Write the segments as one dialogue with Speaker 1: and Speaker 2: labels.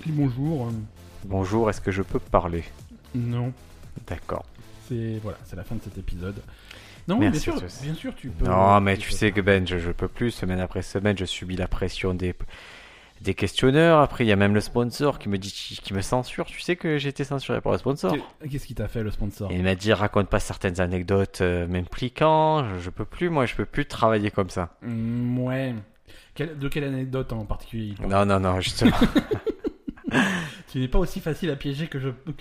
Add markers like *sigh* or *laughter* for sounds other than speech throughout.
Speaker 1: Pli, bonjour. euh,
Speaker 2: Bonjour, est-ce que je peux parler
Speaker 1: Non,
Speaker 2: D'accord.
Speaker 1: c'est voilà, c'est la fin de cet épisode. Non,
Speaker 2: Merci,
Speaker 1: bien sûr,
Speaker 2: José.
Speaker 1: bien sûr, tu peux.
Speaker 2: Non, mais tu
Speaker 1: peux
Speaker 2: sais que
Speaker 1: faire.
Speaker 2: Ben, je, je peux plus. Semaine après semaine, je subis la pression des, des questionneurs. Après, il y a même le sponsor qui me dit, qui me censure. Tu sais que j'ai été censuré par le sponsor.
Speaker 1: Qu'est- Qu'est-ce qui t'a fait le sponsor
Speaker 2: Et il m'a dit, raconte pas certaines anecdotes euh, m'impliquant. Je, je peux plus, moi, je peux plus travailler comme ça.
Speaker 1: Mm, Ouais. Quelle- de quelle anecdote en particulier il parle
Speaker 2: Non, non, non, *laughs* justement.
Speaker 1: Tu n'es pas aussi facile à piéger que je que,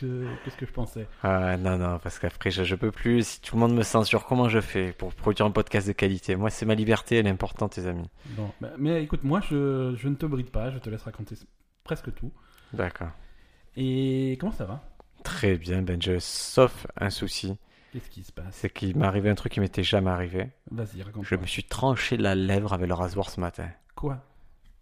Speaker 1: que ce que je pensais.
Speaker 2: Ah, non, non, parce qu'après, je, je peux plus. Si tout le monde me censure, comment je fais pour produire un podcast de qualité Moi, c'est ma liberté, elle est importante, tes amis.
Speaker 1: Bon, bah, mais écoute, moi je, je ne te bride pas, je te laisse raconter s- presque tout.
Speaker 2: D'accord.
Speaker 1: Et comment ça va
Speaker 2: Très bien, Ben, je, sauf un souci.
Speaker 1: Qu'est-ce qui se passe
Speaker 2: C'est qu'il m'est arrivé un truc qui m'était jamais arrivé.
Speaker 1: Vas-y, raconte.
Speaker 2: Je me suis tranché la lèvre avec le rasoir ce matin.
Speaker 1: Quoi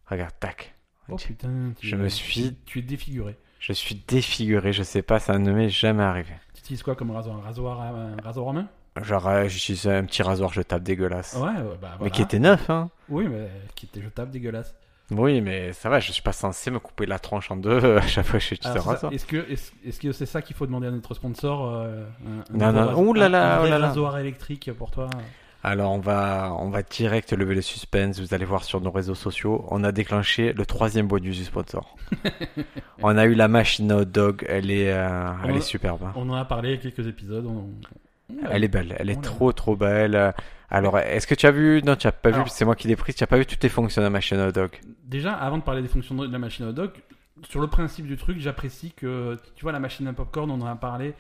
Speaker 2: Regarde, tac.
Speaker 1: Oh putain, tu-
Speaker 2: Je me suis-
Speaker 1: tu es défiguré.
Speaker 2: Je suis défiguré, je sais pas, ça ne m'est jamais arrivé.
Speaker 1: Tu utilises quoi comme rasoir Un rasoir à, un rasoir à main
Speaker 2: Genre, euh, j'utilise un petit rasoir, je tape dégueulasse.
Speaker 1: Ouais, ouais, bah voilà.
Speaker 2: Mais qui était neuf, hein.
Speaker 1: Oui, mais qui était jetable, dégueulasse.
Speaker 2: Oui, mais ça va, je suis pas censé me couper la tronche en deux euh, à chaque fois que j'utilise un
Speaker 1: Alors, Ah, c'est ça.
Speaker 2: rasoir.
Speaker 1: Est-ce que est-ce est-ce que c'est ça qu'il faut demander à notre sponsor euh, un, un
Speaker 2: Non,
Speaker 1: nouveau
Speaker 2: non.
Speaker 1: rasoir-
Speaker 2: Ouh là
Speaker 1: un-
Speaker 2: là,
Speaker 1: un vrai
Speaker 2: oh là là.
Speaker 1: rasoir électrique pour toi
Speaker 2: Alors, on va, on va direct lever le suspense. Vous allez voir sur nos réseaux sociaux, on a déclenché le troisième bonus du
Speaker 1: *laughs*
Speaker 2: sponsor. on a eu la machine à hot dog, elle est, euh, elle
Speaker 1: On-
Speaker 2: est superbe. hein.
Speaker 1: On en a parlé il y a quelques épisodes. on- on-
Speaker 2: Elle est belle, elle
Speaker 1: On
Speaker 2: est
Speaker 1: l'a
Speaker 2: trop trop belle. Alors, est-ce que tu as vu Non, tu as pas vu,
Speaker 1: Alors-
Speaker 2: parce que c'est moi qui l'ai prise. Tu as pas vu toutes les fonctions de ma chaîne hot dog.
Speaker 1: Déjà, avant de parler des fonctions de la machine à hot dog, sur le principe du truc, j'apprécie que, tu vois, la machine à popcorn, on en a parlé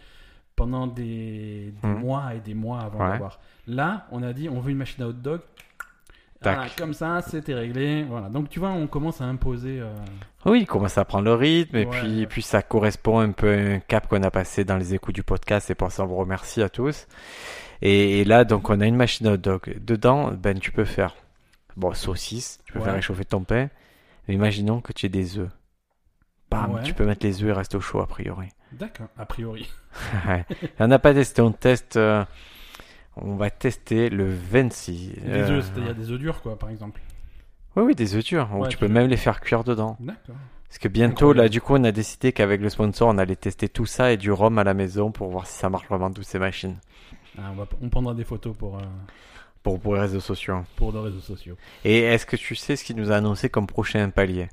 Speaker 1: pendant des, des
Speaker 2: Mhm.
Speaker 1: mois et des mois avant
Speaker 2: Ouais.
Speaker 1: de l'avoir. Là, on a dit, on veut une machine à hot dog.
Speaker 2: Tac.
Speaker 1: Ah, comme ça, c'était réglé. Voilà. Donc, tu vois, on commence à imposer. euh,
Speaker 2: Oui, il commence à prendre le rythme et
Speaker 1: Ouais,
Speaker 2: puis,
Speaker 1: ouais.
Speaker 2: puis ça correspond un peu à un cap qu'on a passé dans les écoutes du podcast et pour ça on vous remercie à tous. Et, et là donc on a une machine à hot dog. Dedans, ben tu peux faire bon saucisse, tu peux
Speaker 1: Ouais.
Speaker 2: faire réchauffer ton pain. Mais imaginons que tu aies des œufs. Bam,
Speaker 1: Ouais.
Speaker 2: tu peux mettre les œufs et reste au chaud a priori.
Speaker 1: D'accord, a priori.
Speaker 2: Ouais. on n'a pas testé, on teste. euh, on va tester le 26.
Speaker 1: Des
Speaker 2: euh,
Speaker 1: œufs, c'est-à-dire des œufs durs, quoi, par exemple.
Speaker 2: Oui, oui, des œufs durs. où
Speaker 1: Ouais,
Speaker 2: tu
Speaker 1: tu
Speaker 2: peux
Speaker 1: peux-
Speaker 2: même les faire cuire dedans.
Speaker 1: D'accord.
Speaker 2: Parce que bientôt, là,
Speaker 1: Incroyable.
Speaker 2: du coup, on a décidé qu'avec le sponsor, on allait tester tout ça et du rhum à la maison pour voir si ça marche vraiment toutes ces machines.
Speaker 1: Ah, on, va, on prendra des photos pour, euh,
Speaker 2: Pour, pour les réseaux sociaux.
Speaker 1: pour nos réseaux sociaux.
Speaker 2: Et est-ce que tu sais ce qu'il nous a annoncé comme prochain palier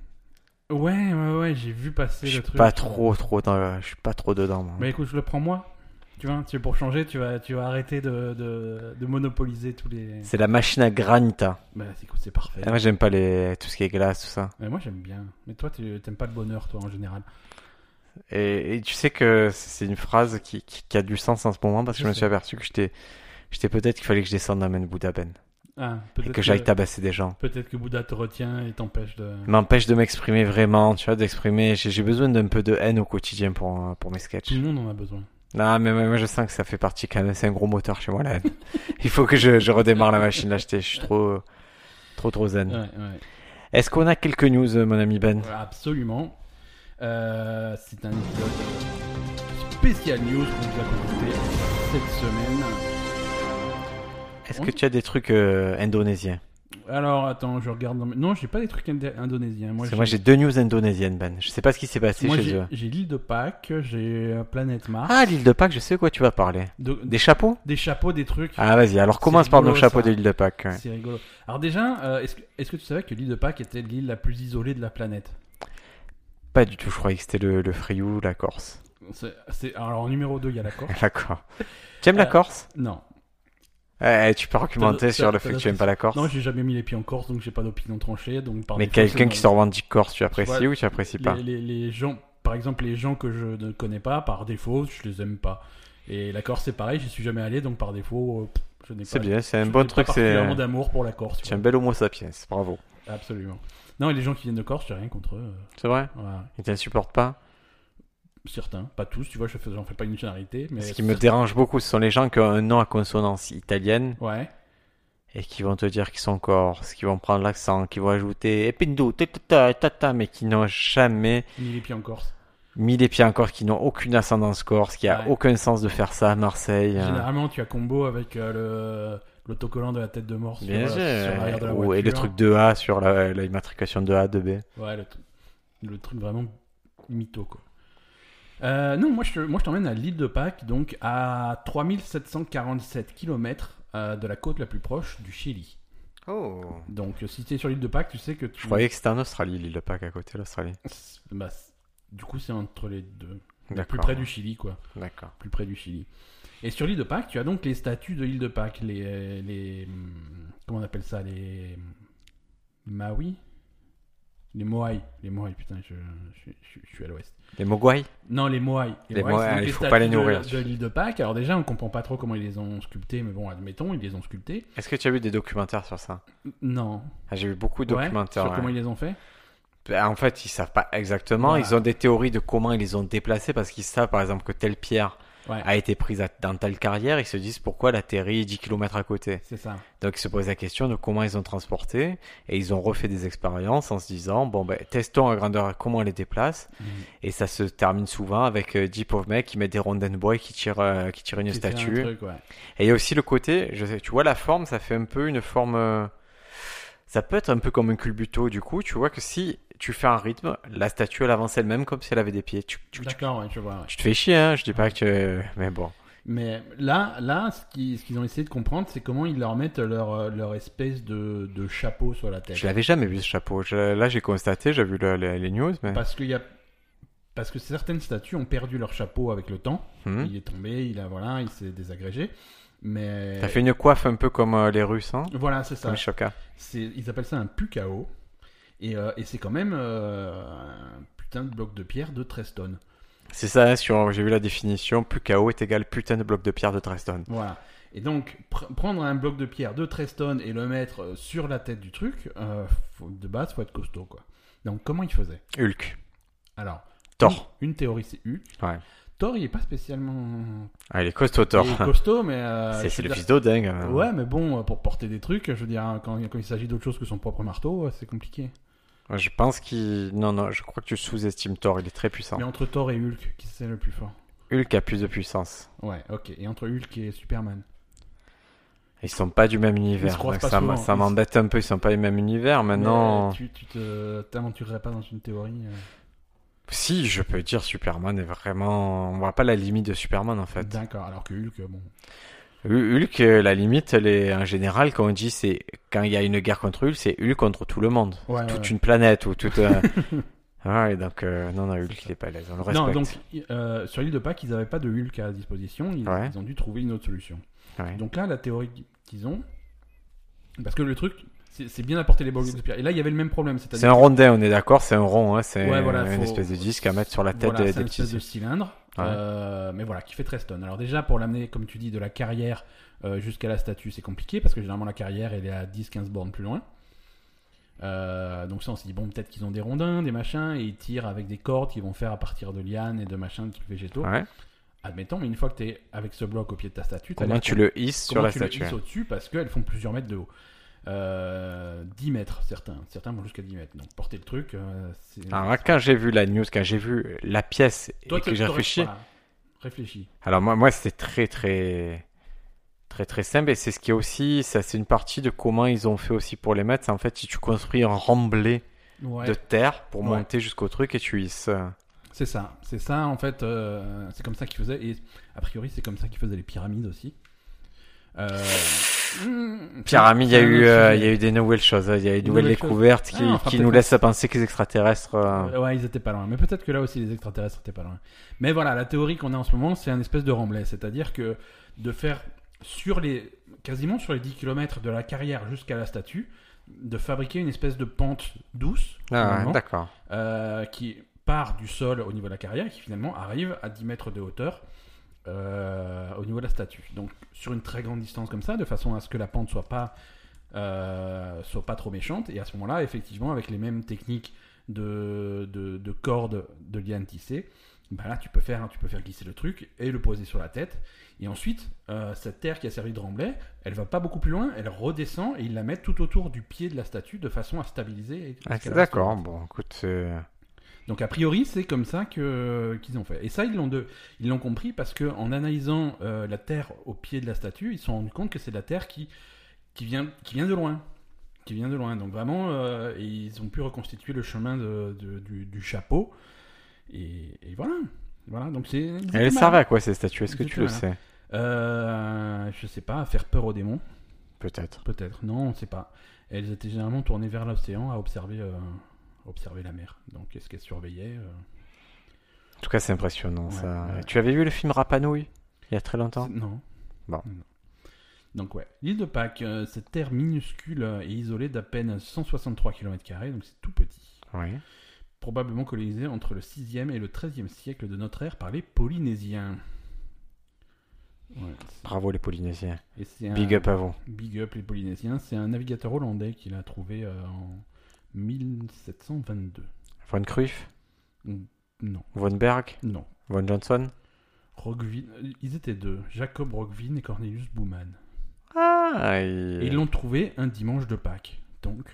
Speaker 1: Ouais, ouais, ouais, j'ai vu passer
Speaker 2: Je
Speaker 1: le
Speaker 2: suis
Speaker 1: truc.
Speaker 2: pas trop, trop dans le- Je suis pas trop dedans. moi.
Speaker 1: Mais écoute, je le prends moi. Tu vois, tu, pour changer, tu vas, tu vas arrêter de, de, de monopoliser tous les.
Speaker 2: C'est la machine à granita.
Speaker 1: Bah, écoute, c'est parfait.
Speaker 2: Ah, moi, j'aime pas les... tout ce qui est glace, tout ça.
Speaker 1: Mais moi, j'aime bien. Mais toi, tu t'aimes pas le bonheur, toi, en général.
Speaker 2: Et, et tu sais que c'est une phrase qui, qui, qui a du sens en ce moment parce que
Speaker 1: Je
Speaker 2: je, me
Speaker 1: sais.
Speaker 2: suis aperçu que j'étais, j'étais peut-être qu'il fallait que je descende à Ben Bouddha Ben
Speaker 1: Ah,
Speaker 2: et
Speaker 1: peut-être
Speaker 2: que j'aille tabasser des gens.
Speaker 1: Peut-être que Bouddha te retient et t'empêche de.
Speaker 2: M'empêche de m'exprimer vraiment, tu vois, d'exprimer. J'ai j'ai besoin d'un peu de haine au quotidien pour, euh, pour mes sketchs.
Speaker 1: Tout le monde en a besoin.
Speaker 2: Non, mais moi, moi, je sens que ça fait partie quand même. C'est un gros moteur chez moi, la haine. *laughs* Il faut que je, je redémarre la machine. Là, j'étais- je suis trop, trop, trop zen.
Speaker 1: Ouais, ouais.
Speaker 2: Est-ce qu'on a quelques news, euh, mon ami Ben
Speaker 1: Ouais, Absolument. Euh, c'est un épisode spécial news qu'on vous a concocté cette semaine.
Speaker 2: Est-ce
Speaker 1: Oui.
Speaker 2: que tu as des trucs euh, indonésiens
Speaker 1: Alors, attends, je regarde. dans mes- Non, j'ai pas des trucs indé- indonésiens. Moi,
Speaker 2: Parce que Moi, j'ai deux news indonésiennes, Ben. Je sais pas ce qui s'est passé
Speaker 1: Moi,
Speaker 2: chez
Speaker 1: j'ai
Speaker 2: eux.
Speaker 1: j'ai l'île de Pâques, j'ai euh, Planète Mars.
Speaker 2: Ah, l'île de Pâques, je sais de quoi tu vas parler.
Speaker 1: De-
Speaker 2: Des chapeaux
Speaker 1: des chapeaux, des trucs.
Speaker 2: Ah, vas-y, alors
Speaker 1: C'est
Speaker 2: commence par nos
Speaker 1: rigolo,
Speaker 2: chapeaux
Speaker 1: ça.
Speaker 2: de l'île de Pâques. ouais.
Speaker 1: C'est rigolo. Alors déjà, euh, est-ce que, est-ce que tu savais que l'île de Pâques était l'île la plus isolée de la planète
Speaker 2: Pas du tout, je croyais que c'était le, le Frioul, la Corse. *laughs*
Speaker 1: C'est- c'est- Alors en numéro 2, il y a la Corse.
Speaker 2: D'accord. Tu aimes la
Speaker 1: Euh,
Speaker 2: Corse
Speaker 1: Non.
Speaker 2: Eh, Tu peux argumenter
Speaker 1: t'as-
Speaker 2: sur le
Speaker 1: t'as
Speaker 2: fait que
Speaker 1: d'autres
Speaker 2: tu aimes pas la Corse
Speaker 1: Non, j'ai jamais mis les pieds en Corse, donc j'ai pas d'opinion tranchée. Donc par
Speaker 2: Mais
Speaker 1: défaut,
Speaker 2: quelqu'un
Speaker 1: c'est-
Speaker 2: qui se revendique Corse, tu apprécies
Speaker 1: vois,
Speaker 2: ou tu apprécies
Speaker 1: les-
Speaker 2: pas
Speaker 1: les, les gens, Par exemple, les gens que je ne connais pas, par défaut, je les aime pas. Et la Corse, c'est pareil, j'y suis jamais allé, donc par défaut, euh, pff, je n'ai pas...
Speaker 2: C'est bien, c'est un
Speaker 1: je
Speaker 2: bon
Speaker 1: n'ai pas
Speaker 2: truc, c'est
Speaker 1: particulièrement d'amour pour la Corse. tu
Speaker 2: c'est un bel homo sapiens, bravo.
Speaker 1: vois. Absolument. Non, et les gens qui viennent de Corse, j'ai rien contre eux. euh,
Speaker 2: C'est vrai
Speaker 1: voilà.
Speaker 2: Il t'insupporte pas
Speaker 1: Certains, pas tous, tu vois, je fais, j'en fais pas une généralité, mais.
Speaker 2: Ce qui me dérange beaucoup, ce sont les gens qui ont un nom à consonance italienne
Speaker 1: Ouais.
Speaker 2: et qui vont te dire qu'ils sont corses, qui vont prendre l'accent, qui vont ajouter épindou, tata, tata, mais qui n'ont jamais
Speaker 1: Ni les pieds en Corse.
Speaker 2: mis les pieds en Corse, qui n'ont aucune ascendance corse, qui a
Speaker 1: Ouais.
Speaker 2: aucun sens de faire ça à Marseille. euh.
Speaker 1: Généralement, tu as combo avec euh, le l'autocollant de la tête de mort sur, euh,
Speaker 2: Bien sûr.
Speaker 1: sur l'arrière de la
Speaker 2: Ou-
Speaker 1: voiture.
Speaker 2: et le truc de A sur la- l'immatriculation de A, de B.
Speaker 1: Ouais, le, tr- le truc vraiment mytho, quoi. Euh, non, moi je, te- moi je t'emmène à l'île de Pâques, donc à 3747 km euh, de la côte la plus proche du Chili.
Speaker 2: Oh.
Speaker 1: Donc euh, si tu es sur l'île de Pâques, tu sais que tu...
Speaker 2: Je croyais que c'était en Australie, l'île de Pâques à côté de l'Australie.
Speaker 1: C'est- bah, c'est- du coup c'est entre les deux.
Speaker 2: D'accord.
Speaker 1: Plus près du Chili, quoi.
Speaker 2: D'accord.
Speaker 1: plus près du Chili. Et sur l'île de Pâques, tu as donc les statues de l'île de Pâques, les, les. hum, Comment on appelle ça Les. Maui Les Moai. Les Moai, putain, je, je- je- je suis à l'ouest.
Speaker 2: Les Mogwai
Speaker 1: Non, les Moai. Moai, c'est
Speaker 2: Les Moai,
Speaker 1: donc
Speaker 2: il
Speaker 1: les
Speaker 2: faut pas les
Speaker 1: statues de-
Speaker 2: nourrir.
Speaker 1: De, l'île de Pâques. Alors, déjà, on comprend pas trop comment ils les ont sculptés, mais bon, admettons, ils les ont sculptés.
Speaker 2: Est-ce que tu as vu des documentaires sur ça
Speaker 1: Non.
Speaker 2: Ah, J'ai vu beaucoup de
Speaker 1: Ouais,
Speaker 2: documentaires.
Speaker 1: Sur comment
Speaker 2: ouais.
Speaker 1: ils les ont fait
Speaker 2: Ben, En fait, ils savent pas exactement.
Speaker 1: Voilà.
Speaker 2: Ils ont des théories de comment ils les ont déplacés parce qu'ils savent, par exemple, que telle pierre
Speaker 1: Ouais.
Speaker 2: a été prise à- dans telle carrière. Ils se disent pourquoi la terre est 10 km à côté.
Speaker 1: C'est ça.
Speaker 2: Donc, ils se posent la question de comment ils ont transporté et ils ont refait des expériences en se disant bon, ben, testons à grandeur comment on les déplace.
Speaker 1: Mhm.
Speaker 2: Et ça se termine souvent avec euh, 10 pauvres mecs qui mettent des rondins de bois et qui tirent, euh, qui tirent une
Speaker 1: C'était un
Speaker 2: statue.
Speaker 1: truc, ouais.
Speaker 2: Et il y a aussi le côté, je sais, tu vois la forme, ça fait un peu une forme. euh, Ça peut être un peu comme un culbuto, du coup, tu vois que si tu fais un rythme, la statue elle avance elle-même comme si elle avait des pieds. Tu, tu- tu-
Speaker 1: D'accord, ouais, je vois. ouais.
Speaker 2: tu te fais chier, hein, je dis pas que. Mais bon.
Speaker 1: Mais là, là ce qui- ce qu'ils ont essayé de comprendre, c'est comment ils leur mettent leur, euh, leur espèce de, de chapeau sur la tête.
Speaker 2: Je l'avais jamais vu ce chapeau. Je- là j'ai constaté, j'ai vu le- le- les news, mais.
Speaker 1: Parce, qu'il y a... Parce que certaines statues ont perdu leur chapeau avec le temps.
Speaker 2: Hmm.
Speaker 1: Il est tombé, il, a, voilà, il s'est désagrégé. Mais.
Speaker 2: T'as fait une coiffe un peu comme euh, les Russes, hein
Speaker 1: Voilà, c'est ça.
Speaker 2: Comme Shoka.
Speaker 1: C'est- Ils appellent ça un pucao. Et, euh, et c'est quand même euh, un putain de bloc de pierre de 13 tonnes.
Speaker 2: C'est ça, hein, sur... j'ai vu la définition. Plus KO est égal putain de bloc de pierre de Dresden.
Speaker 1: Voilà. Et donc, pr- prendre un bloc de pierre de 13 tonnes et le mettre euh, sur la tête du truc, euh, faut- de base, faut être costaud, quoi. Donc, comment ils faisaient
Speaker 2: Hulk.
Speaker 1: Alors,
Speaker 2: Thor.
Speaker 1: Une, une théorie, c'est U.
Speaker 2: Ouais.
Speaker 1: Thor, il est pas spécialement
Speaker 2: Ah, il est costaud Thor.
Speaker 1: il est costaud, mais. euh,
Speaker 2: *laughs* C'est
Speaker 1: je
Speaker 2: c'est
Speaker 1: veux
Speaker 2: le
Speaker 1: dire-
Speaker 2: fils d'Odin, quand même.
Speaker 1: Ouais, mais bon, euh, pour porter des trucs, je veux dire, hein, quand, quand il s'agit d'autre chose que son propre marteau, euh, c'est compliqué.
Speaker 2: Ouais, Je pense qu'il. Non, non, je crois que tu sous-estimes Thor, il est très puissant.
Speaker 1: Mais entre Thor et Hulk, qui c'est le plus fort
Speaker 2: Hulk a plus de puissance.
Speaker 1: Ouais, ok. Et entre Hulk et Superman
Speaker 2: Ils sont pas du même
Speaker 1: Ils se
Speaker 2: univers.
Speaker 1: croisent
Speaker 2: donc
Speaker 1: pas
Speaker 2: ça
Speaker 1: souvent.
Speaker 2: m- ça
Speaker 1: Ils-
Speaker 2: m'embête un peu, ils sont pas du même univers. Maintenant,
Speaker 1: Mais, euh, tu, tu te t'aventurerais pas dans une théorie euh,
Speaker 2: si je peux dire Superman est vraiment. On voit pas la limite de Superman en fait.
Speaker 1: D'accord, alors que Hulk, bon.
Speaker 2: Hu- Hulk, euh, la limite, elle est en général, quand on dit c'est. Quand il y a une guerre contre Hulk, c'est Hulk contre tout le monde.
Speaker 1: Ouais, Ah ouais,
Speaker 2: toute
Speaker 1: ouais.
Speaker 2: une planète ou
Speaker 1: *laughs*
Speaker 2: toute. euh, ouais, donc euh, non, non, Hulk, il est pas à l'aise. On le respecte.
Speaker 1: Non, donc, euh, sur l'île de Pâques, ils n'avaient pas de Hulk à disposition, ils-
Speaker 2: Ouais.
Speaker 1: ils ont dû trouver une autre solution.
Speaker 2: Ouais.
Speaker 1: Donc là, la théorie qu'ils ont, parce que le truc, c'est c'est bien d'apporter les blocs de pierre. Et là, il y avait le même problème,
Speaker 2: C'est
Speaker 1: c'est-à-dire
Speaker 2: un rondin, on est d'accord, c'est un rond, hein, c'est
Speaker 1: Ouais, voilà,
Speaker 2: une
Speaker 1: faut-
Speaker 2: espèce de disque à mettre sur la tête
Speaker 1: voilà,
Speaker 2: des,
Speaker 1: c'est
Speaker 2: des
Speaker 1: un
Speaker 2: petits.
Speaker 1: espèce de cylindre,
Speaker 2: Ouais.
Speaker 1: euh, mais voilà, qui fait 13 tonnes. Alors déjà, pour l'amener, comme tu dis, de la carrière euh, jusqu'à la statue, c'est compliqué, parce que généralement, la carrière, elle est à 10-15 bornes plus loin. Euh, donc ça, on s'est dit, bon, peut-être qu'ils ont des rondins, des machins, et ils tirent avec des cordes qu'ils vont faire à partir de lianes et de machins, de trucs végétaux.
Speaker 2: Ouais.
Speaker 1: Admettons, mais une fois que t'es avec ce bloc au pied de ta statue, t'as
Speaker 2: Comment
Speaker 1: l'air
Speaker 2: tu le hisses sur
Speaker 1: Comment
Speaker 2: la
Speaker 1: tu le
Speaker 2: statue hein.
Speaker 1: hisses au-dessus parce qu'elles font plusieurs mètres de haut. Euh, 10 mètres, certains. Certains vont jusqu'à 10 mètres. Donc porter le truc, euh, c'est.
Speaker 2: Alors là, quand j'ai vu la news, quand j'ai vu la pièce Ah et
Speaker 1: t'as-
Speaker 2: que j'ai
Speaker 1: t'aurais-
Speaker 2: réfléchi,
Speaker 1: voilà. Réfléchis.
Speaker 2: alors moi, moi c'était très très très très simple et c'est ce qui est aussi, ça c'est une partie de comment ils ont fait aussi pour les mettre. C'est en fait si tu construis un remblai
Speaker 1: Ouais.
Speaker 2: de terre pour
Speaker 1: Ouais.
Speaker 2: monter jusqu'au truc et tu hisses. euh,
Speaker 1: C'est ça. C'est ça, en fait. euh, c'est comme ça qu'ils faisaient. Et a priori, c'est comme ça qu'ils faisaient les pyramides aussi. Euh, hmm,
Speaker 2: Pyramide, il y a
Speaker 1: c'est un
Speaker 2: eu
Speaker 1: autre
Speaker 2: euh, il
Speaker 1: sujet.
Speaker 2: y a eu des nouvelles choses, hein, il y a eu des nouvelles
Speaker 1: nouvelles
Speaker 2: découvertes
Speaker 1: choses.
Speaker 2: qui,
Speaker 1: Ah, on fera
Speaker 2: qui
Speaker 1: peut-être
Speaker 2: nous laissent à penser que les extraterrestres. euh,
Speaker 1: Euh, Ouais, ils étaient pas loin. Mais peut-être que là aussi, les extraterrestres étaient pas loin. Mais voilà, la théorie qu'on a en ce moment, c'est un espèce de remblai. C'est-à-dire que de faire sur les, quasiment sur les 10 km de la carrière jusqu'à la statue, de fabriquer une espèce de pente douce,
Speaker 2: Ah,
Speaker 1: finalement,
Speaker 2: ouais, d'accord.
Speaker 1: euh, qui part du sol au niveau de la carrière et qui finalement arrive à 10 mètres de hauteur euh, au niveau de la statue. Donc sur une très grande distance comme ça, de façon à ce que la pente soit pas euh, soit pas trop méchante. Et à ce moment-là, effectivement, avec les mêmes techniques de, de, de cordes de liane tissée, bah là tu peux faire tu peux faire glisser le truc et le poser sur la tête. Et ensuite, euh, cette terre qui a servi de remblai, elle va pas beaucoup plus loin, elle redescend et ils la mettent tout autour du pied de la statue de façon à stabiliser. et-
Speaker 2: Ah,
Speaker 1: parce qu'elle reste
Speaker 2: d'accord. Bon, écoute, euh,
Speaker 1: donc a priori, c'est comme ça que qu'ils ont fait. Et ça, ils l'ont de- ils l'ont compris parce que en analysant euh, la terre au pied de la statue, ils se sont rendus compte que c'est de la terre qui qui vient qui vient de loin, qui vient de loin. Donc vraiment, euh, ils ont pu reconstituer le chemin de- de- du, du chapeau. Et, et voilà. Voilà, donc c'est.
Speaker 2: Elle servait à quoi ces statues Est-ce que tu le
Speaker 1: Exactement.
Speaker 2: sais
Speaker 1: Euh, je sais pas, à faire peur aux démons,
Speaker 2: Peut-être.
Speaker 1: peut-être. Non, on sait pas. Elles étaient généralement tournées vers l'océan à observer, euh, observer la mer. Donc est-ce qu'elles surveillaient euh,
Speaker 2: En tout cas, c'est impressionnant ça.
Speaker 1: Ouais, ouais.
Speaker 2: Tu avais vu le film Rapanouille il y a très longtemps
Speaker 1: C'est- Non.
Speaker 2: Bon.
Speaker 1: Non. Donc ouais, l'île de Pâques, euh, cette terre minuscule euh, et isolée d'à peine 163 km, donc c'est tout petit.
Speaker 2: Oui.
Speaker 1: Probablement colonisée entre le 6e et le 13e siècle de notre ère par les Polynésiens. Ouais, c'est-
Speaker 2: Bravo les Polynésiens.
Speaker 1: et c'est un-
Speaker 2: Big up à vous.
Speaker 1: Big up les Polynésiens. C'est un navigateur hollandais qui l'a trouvé euh, en 1722.
Speaker 2: Von Cruyff,
Speaker 1: Non,
Speaker 2: Von Berg,
Speaker 1: non.
Speaker 2: Von Johnson.
Speaker 1: Roggeveen, euh, ils étaient deux, Jacob Roggeveen et Cornelius Bouman.
Speaker 2: Ah,
Speaker 1: Et ils
Speaker 2: il...
Speaker 1: l'ont trouvé un dimanche de Pâques. Donc,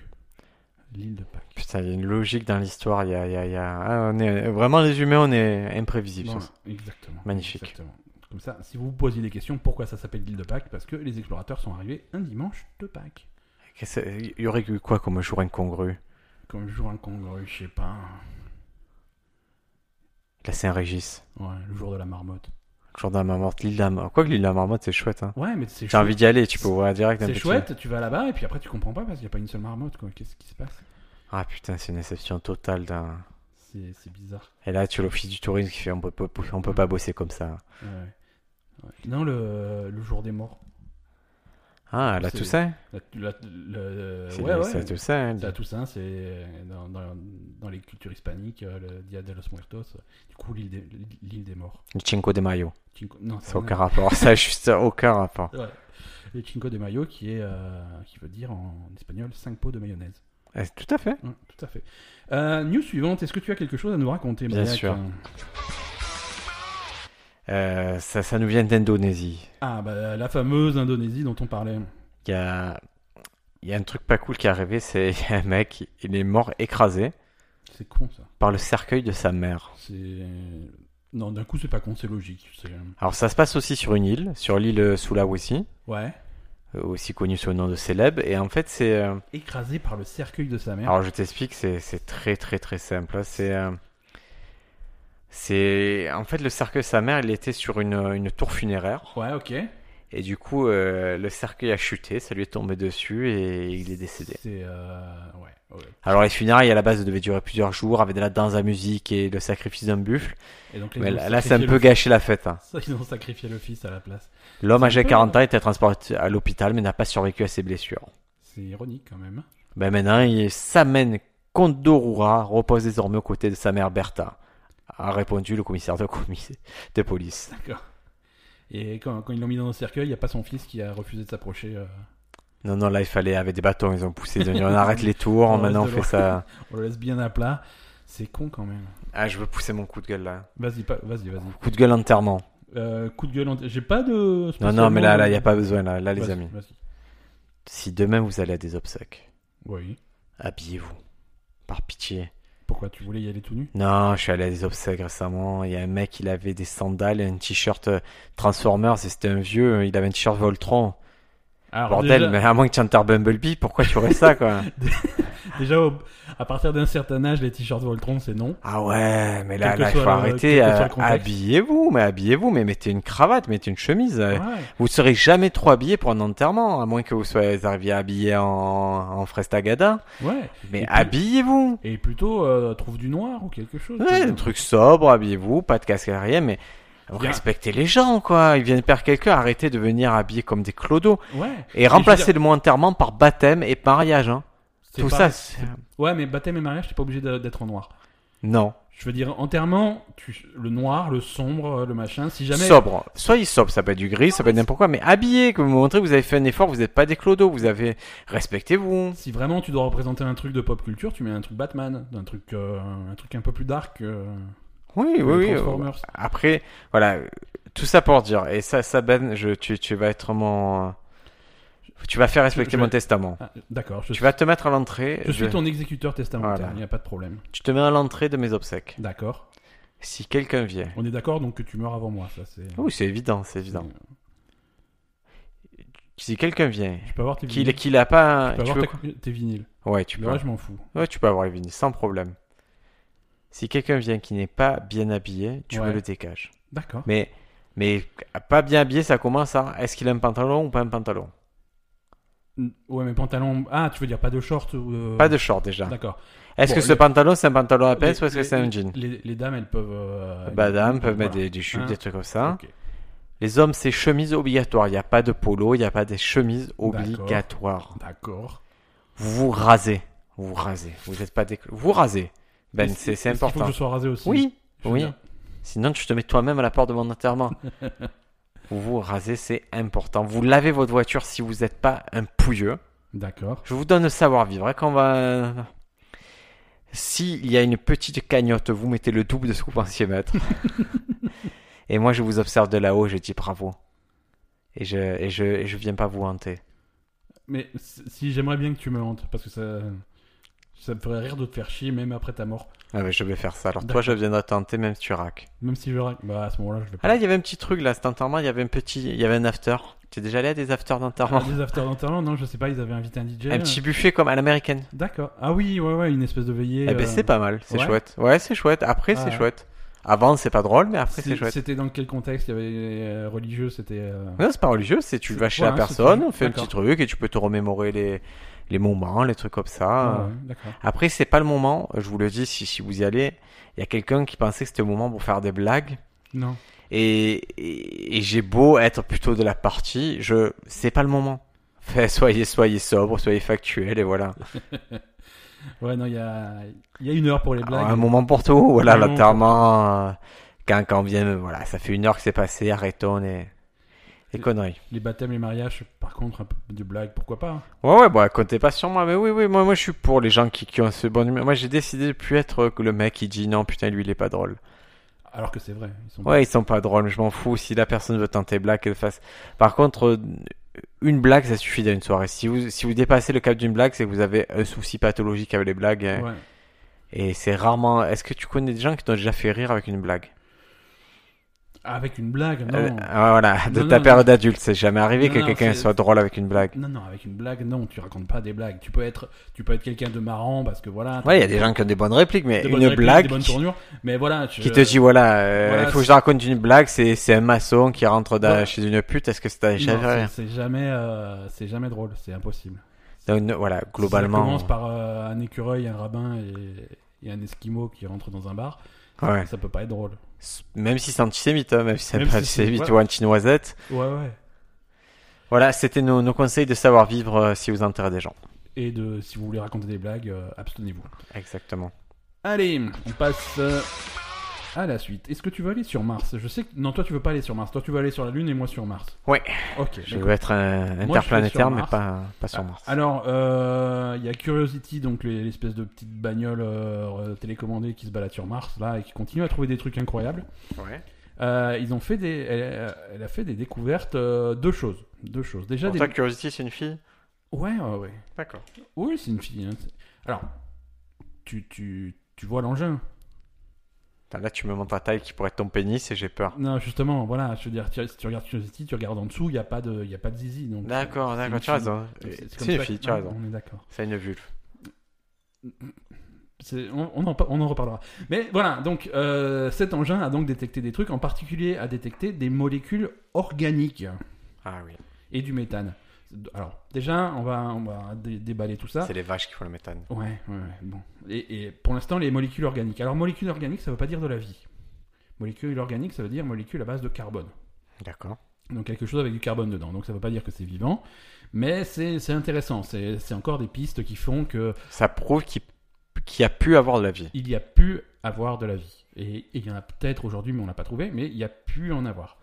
Speaker 1: l'île de Pâques.
Speaker 2: Putain, il y a une logique dans l'histoire. Il y a, il y a- il y a- ah, on est... Vraiment, les humains, on est imprévisibles. sur
Speaker 1: Voilà,
Speaker 2: ça.
Speaker 1: exactement.
Speaker 2: Magnifique.
Speaker 1: Exactement. Comme ça, si vous vous posiez des questions, pourquoi ça s'appelle l'île de Pâques Parce que les explorateurs sont arrivés un dimanche de Pâques.
Speaker 2: Qu'est-ce- Il y aurait eu quoi comme jour incongru
Speaker 1: Comme jour incongru, je sais pas.
Speaker 2: La Saint-Régis,
Speaker 1: Ouais, le jour de la marmotte.
Speaker 2: le jour de la marmotte, l'île de la marmotte. Quoi que l'île de la marmotte, c'est chouette. Hein.
Speaker 1: Ouais, mais c'est
Speaker 2: J'ai envie d'y aller, tu peux voir direct un
Speaker 1: C'est
Speaker 2: petit-
Speaker 1: chouette, tu vas là-bas et puis après tu comprends pas parce qu'il n'y a pas une seule marmotte. quoi. Qu'est-ce qui se passe
Speaker 2: Ah putain, c'est une exception totale. d'un-
Speaker 1: C'est c'est bizarre.
Speaker 2: Et là, tu as l'office du tourisme qui fait on peut, peut- on peut pas bosser comme ça.
Speaker 1: Ouais, ouais. Ouais. Non, le, le jour des morts.
Speaker 2: Ah, là,
Speaker 1: C'est-
Speaker 2: tout ça
Speaker 1: La- la- le-
Speaker 2: C'est
Speaker 1: ouais, ouais.
Speaker 2: c'est tout ça. hein.
Speaker 1: C'est à Toussaint, c'est dans, dans- dans les cultures hispaniques, euh, le Dia de los Muertos. euh, Du coup, l'île des, l'île des morts.
Speaker 2: Le Cinco de Mayo.
Speaker 1: Cinco- non,
Speaker 2: Ça
Speaker 1: c'est
Speaker 2: n'a
Speaker 1: rien
Speaker 2: aucun rapport. *laughs* Ça a juste aucun rapport.
Speaker 1: Ouais. Le Cinco de Mayo qui, est, euh, qui veut dire en espagnol 5 pots de mayonnaise.
Speaker 2: Eh, Tout à fait.
Speaker 1: Ouais, tout à fait. Euh, news suivante, est-ce que tu as quelque chose à nous raconter
Speaker 2: Bien
Speaker 1: Briac
Speaker 2: sûr. Euh, ça, ça nous vient d'Indonésie.
Speaker 1: Ah, bah la fameuse Indonésie dont on parlait.
Speaker 2: Il y a... il y a un truc pas cool qui est arrivé c'est *laughs* il y a un mec, il est mort écrasé
Speaker 1: C'est con ça.
Speaker 2: par le cercueil de sa mère.
Speaker 1: C'est. Non, d'un coup, c'est pas con, c'est logique. c'est- euh,
Speaker 2: Alors, ça se passe aussi sur une île, sur l'île Sulawesi,
Speaker 1: Ouais.
Speaker 2: euh, aussi connue sous le nom de Célèbe. Et en fait, c'est. euh,
Speaker 1: Écrasé par le cercueil de sa mère.
Speaker 2: Alors je t'explique, c'est c'est très très très simple. C'est euh, c'est en fait le cercueil de sa mère, il était sur une, une tour funéraire
Speaker 1: Ouais, ok.
Speaker 2: et du coup euh, le cercueil a chuté, ça lui est tombé dessus et il est décédé.
Speaker 1: C'est. euh, Ouais, ouais.
Speaker 2: Alors les funérailles à la base devaient durer plusieurs jours avec de la danse à musique et le sacrifice d'un buffle.
Speaker 1: Et donc, les
Speaker 2: Mais
Speaker 1: gens
Speaker 2: là,
Speaker 1: ont
Speaker 2: là, c'est un
Speaker 1: sacrifié
Speaker 2: peu
Speaker 1: le-
Speaker 2: gâché la fête. hein.
Speaker 1: Ça, *laughs* ils ont sacrifié le fils à la place.
Speaker 2: L'homme
Speaker 1: C'est un
Speaker 2: âgé de
Speaker 1: peu-
Speaker 2: 40 ans était transporté à l'hôpital mais n'a pas survécu à ses blessures.
Speaker 1: C'est ironique quand même. hein.
Speaker 2: Ben maintenant, il s'amène Kondorura repose désormais aux côtés de sa mère Bertha, a répondu le commissaire de, commis- de police.
Speaker 1: *laughs* D'accord. Et quand, quand ils l'ont mis dans le cercueil, il n'y a pas son fils qui a refusé de s'approcher. euh,
Speaker 2: Non, non, là, il fallait, avec des bâtons, ils ont poussé, ils ont dit, on arrête les *laughs* tours,
Speaker 1: On
Speaker 2: maintenant Oh, on
Speaker 1: reste
Speaker 2: fait ça.
Speaker 1: *laughs* On le laisse bien à plat. C'est con quand même.
Speaker 2: Ah, je veux pousser mon coup de gueule là.
Speaker 1: Vas-y, pas- vas-y, vas-y.
Speaker 2: Coup de gueule enterrement.
Speaker 1: Euh, coup de gueule. en- J'ai pas de.
Speaker 2: Non,
Speaker 1: spécialement-
Speaker 2: non, mais là, là, il n'y a pas besoin, là, là, les
Speaker 1: Vas-y,
Speaker 2: amis.
Speaker 1: vas-y.
Speaker 2: Si demain vous allez à des obsèques,
Speaker 1: Oui.
Speaker 2: habillez-vous. Par pitié.
Speaker 1: Pourquoi tu voulais y aller tout nu
Speaker 2: Non, je suis allé à des obsèques récemment. Il y a un mec, il avait des sandales et un t-shirt euh, Transformers. et C'était un vieux. euh, Il avait un t-shirt Voltron.
Speaker 1: Alors,
Speaker 2: Bordel,
Speaker 1: déjà-
Speaker 2: mais à moins que tu enterres Bumblebee, pourquoi tu aurais ça,
Speaker 1: *laughs*
Speaker 2: quoi
Speaker 1: Déjà, au- à partir d'un certain âge, les t-shirts Voltron, c'est non.
Speaker 2: Ah ouais, mais là,
Speaker 1: Quel que
Speaker 2: là il faut
Speaker 1: soit le-
Speaker 2: arrêter.
Speaker 1: quel que soit
Speaker 2: euh,
Speaker 1: le contexte.
Speaker 2: habillez-vous, mais habillez-vous, mais mettez une cravate, mettez une chemise. euh.
Speaker 1: Ouais.
Speaker 2: Vous ne serez jamais trop habillé pour un enterrement, à moins que vous soyez arrivé habillé en, en frestagada.
Speaker 1: ouais.
Speaker 2: Mais
Speaker 1: Et puis-
Speaker 2: habillez-vous
Speaker 1: Et plutôt, euh, trouve du noir ou quelque chose.
Speaker 2: Ouais,
Speaker 1: tu
Speaker 2: un
Speaker 1: vois.
Speaker 2: truc sobre, habillez-vous, pas de casque rien, mais
Speaker 1: Bien.
Speaker 2: respectez les gens, quoi. Ils viennent perdre quelqu'un, arrêtez de venir habillés comme des clodos.
Speaker 1: Ouais.
Speaker 2: Et remplacez le mot enterrement par baptême et mariage, hein.
Speaker 1: C'est
Speaker 2: Tout
Speaker 1: pas-
Speaker 2: ça, c'est-
Speaker 1: Ouais, mais baptême et mariage, t'es pas obligé de- d'être en noir.
Speaker 2: non.
Speaker 1: Je veux dire, enterrement, tu... le noir, le sombre, euh, le machin, si jamais.
Speaker 2: sobre. Soyez sobre, ça peut être du gris, ça peut être n'importe quoi, mais habillé, que vous montrez que vous avez fait un effort, vous n'êtes pas des clodos, vous avez... Respectez-vous.
Speaker 1: Si vraiment tu dois représenter un truc de pop culture, tu mets un truc Batman, un truc, euh, un truc un peu plus dark que
Speaker 2: Oui, oui,
Speaker 1: que
Speaker 2: oui. euh,
Speaker 1: Transformers.
Speaker 2: Après, voilà, euh, tout ça pour dire, et ça, ça Ben, je, tu, tu vas être mon... euh, Tu vas faire respecter
Speaker 1: Je- je-
Speaker 2: mon testament.
Speaker 1: Ah, D'accord, je,
Speaker 2: Tu vas te mettre à l'entrée,
Speaker 1: je suis
Speaker 2: de-
Speaker 1: ton exécuteur testamentaire, il
Speaker 2: Voilà.
Speaker 1: n'y a pas de problème.
Speaker 2: tu te mets à l'entrée de mes obsèques.
Speaker 1: D'accord.
Speaker 2: Si quelqu'un vient.
Speaker 1: On est d'accord donc que tu meurs avant moi, ça c'est.
Speaker 2: Oui, c'est évident, c'est évident.
Speaker 1: C'est-
Speaker 2: Si quelqu'un vient,
Speaker 1: Tu peux avoir tes
Speaker 2: qu'il
Speaker 1: vinyles.
Speaker 2: qu'il a pas...
Speaker 1: Tu peux
Speaker 2: hein, tu
Speaker 1: avoir
Speaker 2: peux-
Speaker 1: ta- tes vinyles.
Speaker 2: Ouais, tu
Speaker 1: Le
Speaker 2: peux.
Speaker 1: reste, je m'en fous.
Speaker 2: Ouais, tu peux avoir les vinyles sans problème. Si quelqu'un vient qui n'est pas bien habillé, tu
Speaker 1: Ouais.
Speaker 2: mets le décage.
Speaker 1: D'accord.
Speaker 2: Mais, mais pas bien habillé, ça commence à est-ce qu'il a un pantalon ou pas un pantalon
Speaker 1: Ouais, mais pantalon. Ah, tu veux dire pas de short ou. euh,
Speaker 2: Mm. Pas de short déjà.
Speaker 1: D'accord.
Speaker 2: Est-ce
Speaker 1: Bon,
Speaker 2: que ce
Speaker 1: les-
Speaker 2: pantalon, c'est un pantalon à pince
Speaker 1: Les-
Speaker 2: ou est-ce que
Speaker 1: les-
Speaker 2: c'est un jean
Speaker 1: les, les dames, elles peuvent. euh,
Speaker 2: Badame peuvent
Speaker 1: voilà.
Speaker 2: mettre des, des chutes,
Speaker 1: Hein
Speaker 2: des trucs comme ça.
Speaker 1: Ok.
Speaker 2: Les hommes, c'est chemise obligatoire. Il n'y a pas de polo, il n'y a pas des chemises obligatoires.
Speaker 1: D'accord.
Speaker 2: Vous vous rasez. Vous vous rasez. Vous n'êtes pas des... Vous vous rasez. Ben,
Speaker 1: Est-ce-
Speaker 2: c'est c'est
Speaker 1: est-ce qu'il faut
Speaker 2: important.
Speaker 1: que je sois rasé aussi.
Speaker 2: Oui,
Speaker 1: Je veux
Speaker 2: oui.
Speaker 1: dire,
Speaker 2: Sinon, tu te mets toi-même à la porte de mon *laughs* enterrement. vous vous rasez, c'est important. Vous lavez votre voiture si vous n'êtes pas un pouilleux.
Speaker 1: D'accord.
Speaker 2: Je vous donne le savoir-vivre. hein, Quand on va... S'il y a une petite cagnotte, vous mettez le double de ce que vous pensiez mettre. *laughs* et moi, je vous observe de là-haut, je dis bravo. Et je, et je, et je viens pas vous hanter.
Speaker 1: Mais si si, j'aimerais bien que tu me hantes, parce que ça. Ça me ferait rire de te faire chier, même après ta mort.
Speaker 2: Ah ouais, je vais faire ça. Alors toi,
Speaker 1: D'accord.
Speaker 2: je viendrai tenter même si tu raques.
Speaker 1: Même si je. Bah, à ce moment-là, je vais
Speaker 2: Ah
Speaker 1: pas.
Speaker 2: là, il y avait un petit truc là, cet enterrement, il y avait un petit, il y avait un after. T'es déjà allé à des afters d'enterrement
Speaker 1: Ah, des after d'enterrement, non, je sais pas, ils avaient invité un DJ.
Speaker 2: Un petit buffet comme à l'américaine.
Speaker 1: D'accord. Ah oui, ouais, ouais, une espèce de veillée.
Speaker 2: Eh ben,
Speaker 1: euh,
Speaker 2: c'est pas mal, c'est
Speaker 1: ouais.
Speaker 2: chouette. Ouais, c'est chouette. Après,
Speaker 1: Ah
Speaker 2: c'est
Speaker 1: ouais.
Speaker 2: chouette. Avant, c'est pas drôle, mais après,
Speaker 1: c'est-
Speaker 2: c'est chouette.
Speaker 1: C'était dans quel contexte Il y avait euh, religieux, c'était. euh,
Speaker 2: Non, c'est pas religieux, c'est tu
Speaker 1: C'est-
Speaker 2: vas chez
Speaker 1: voilà,
Speaker 2: la
Speaker 1: c'est
Speaker 2: personne,
Speaker 1: tout.
Speaker 2: on fait un petit
Speaker 1: D'accord.
Speaker 2: truc et tu peux te remémorer les, les moments, les trucs comme ça.
Speaker 1: Ah ouais, d'accord.
Speaker 2: Après, c'est pas le moment, je vous le dis, si, si vous y allez, il y a quelqu'un qui pensait que c'était le moment pour faire des blagues.
Speaker 1: Non.
Speaker 2: Et, et, et j'ai beau être plutôt de la partie, je, c'est pas le moment. *laughs* Fait, soyez, soyez sobre, soyez factuel et voilà.
Speaker 1: Ouais, non, il y a... il y a une heure pour les
Speaker 2: Alors,
Speaker 1: blagues.
Speaker 2: Ah, un moment pour tout, voilà,
Speaker 1: Un moment
Speaker 2: l'enterrement, euh, quand, quand vient, voilà, ça fait une heure que c'est passé, arrêtons les, les conneries.
Speaker 1: Les baptêmes, les mariages, par contre, un peu de blagues, pourquoi pas hein.
Speaker 2: Ouais, ouais, bon, comptez pas sur moi, mais oui, oui, moi, moi je suis pour les gens qui, qui ont ce bon humeur. Moi j'ai décidé de plus être que le mec qui dit non, putain, lui il est pas drôle.
Speaker 1: Alors que c'est vrai. Ils sont...
Speaker 2: Ouais, ils sont pas drôles, mais je m'en fous. Si la personne veut tenter blague, qu'elle fasse. Par contre, euh, une blague, ça suffit à une soirée. Si vous, si vous dépassez le cap d'une blague, c'est que vous avez un souci pathologique avec les blagues. hein.
Speaker 1: Ouais.
Speaker 2: Et c'est rarement. Est-ce que tu connais des gens qui t'ont déjà fait rire avec une blague
Speaker 1: Avec une blague, non.
Speaker 2: Euh, ah, Voilà, de
Speaker 1: Non,
Speaker 2: ta
Speaker 1: non,
Speaker 2: période adulte, c'est jamais arrivé
Speaker 1: Non,
Speaker 2: que
Speaker 1: non,
Speaker 2: quelqu'un
Speaker 1: c'est-
Speaker 2: soit drôle avec une blague.
Speaker 1: Non, non, avec une blague, non, tu racontes pas des blagues. Tu peux être, tu peux être quelqu'un de marrant parce que voilà.
Speaker 2: Ouais, il y a des gens qui ont des bonnes répliques, mais
Speaker 1: des
Speaker 2: une
Speaker 1: bonnes répliques,
Speaker 2: blague
Speaker 1: des bonnes
Speaker 2: qui-
Speaker 1: tournures. Mais voilà. je-
Speaker 2: qui te dit voilà, euh,
Speaker 1: Voilà,
Speaker 2: il faut que
Speaker 1: c'est-
Speaker 2: je raconte une blague, c'est c'est un maçon qui rentre dans-
Speaker 1: Voilà.
Speaker 2: chez une pute, est-ce que ça t'a
Speaker 1: Non,
Speaker 2: déjà fait
Speaker 1: c'est-
Speaker 2: rire
Speaker 1: c'est jamais, euh, c'est jamais drôle, c'est impossible.
Speaker 2: Donc ne- voilà,
Speaker 1: Ça
Speaker 2: globalement.
Speaker 1: commence par euh, un écureuil, un rabbin et, et un esquimau qui rentre dans un bar.
Speaker 2: Ouais.
Speaker 1: Ça peut pas être drôle.
Speaker 2: Même si c'est antisémite, hein, même si c'est
Speaker 1: Même
Speaker 2: pas
Speaker 1: si c'est-
Speaker 2: antisémite
Speaker 1: voilà.
Speaker 2: ou anti-noisette.
Speaker 1: Ouais, ouais.
Speaker 2: Voilà, c'était nos, nos conseils de savoir vivre euh, si vous enterrez des gens.
Speaker 1: Et de, si vous voulez raconter des blagues, euh, abstenez-vous.
Speaker 2: Exactement.
Speaker 1: Allez, on passe euh, à la suite. Est-ce que tu veux aller sur Mars Je sais que non, toi tu veux pas aller sur Mars. Toi tu veux aller sur la Lune et moi sur Mars.
Speaker 2: Ouais.
Speaker 1: Ok.
Speaker 2: Je
Speaker 1: d'accord.
Speaker 2: veux être un
Speaker 1: Moi,
Speaker 2: interplanétaire,
Speaker 1: je
Speaker 2: mais
Speaker 1: suis sur Ah,
Speaker 2: pas, pas sur Mars.
Speaker 1: Alors, euh, il y a Curiosity, donc les- l'espèce de petite bagnole euh, télécommandée qui se balade sur Mars là et qui continue à trouver des trucs incroyables.
Speaker 2: Ouais.
Speaker 1: Euh, ils ont fait des, elle, euh, elle a fait des découvertes, euh, deux choses, deux choses. Déjà des.
Speaker 2: Curiosity, c'est une fille
Speaker 1: Ouais, ouais, ouais.
Speaker 2: D'accord.
Speaker 1: Oui, c'est une fille. hein. Alors, tu, tu, tu vois l'engin.
Speaker 2: Là, tu me montres la taille qui pourrait être ton pénis et j'ai peur.
Speaker 1: Non, justement, voilà, je veux dire, tu- si tu regardes Curiosity, tu regardes en dessous, il n'y a pas de, il y a pas de zizi. donc,
Speaker 2: D'accord,
Speaker 1: c'est
Speaker 2: d'accord,
Speaker 1: une
Speaker 2: tu as
Speaker 1: fille.
Speaker 2: raison.
Speaker 1: Donc, c'est- c'est comme
Speaker 2: C'est une
Speaker 1: ça.
Speaker 2: fille, tu as
Speaker 1: Ouais,
Speaker 2: raison.
Speaker 1: On est d'accord.
Speaker 2: C'est une vulve.
Speaker 1: C'est- On, on en, par- on en reparlera. Mais voilà, donc euh, cet engin a donc détecté des trucs, en particulier a détecté des molécules organiques
Speaker 2: Ah oui.
Speaker 1: et du méthane. Alors, déjà, on va, on va dé- déballer tout ça.
Speaker 2: C'est les vaches qui font le méthane.
Speaker 1: Ouais, ouais, ouais, bon. Et, et pour l'instant, les molécules organiques. Alors, molécules organiques, ça ne veut pas dire de la vie. Molécules organiques, ça veut dire molécules à base de carbone.
Speaker 2: D'accord.
Speaker 1: Donc quelque chose avec du carbone dedans. Donc ça ne veut pas dire que c'est vivant, mais c'est c'est intéressant. C'est c'est encore des pistes qui font que
Speaker 2: Ça prouve qu'il qu'il y a pu avoir de la vie.
Speaker 1: il y a pu avoir de la vie. Et et il y en a peut-être aujourd'hui, mais on l'a pas trouvé, mais il y a pu en avoir.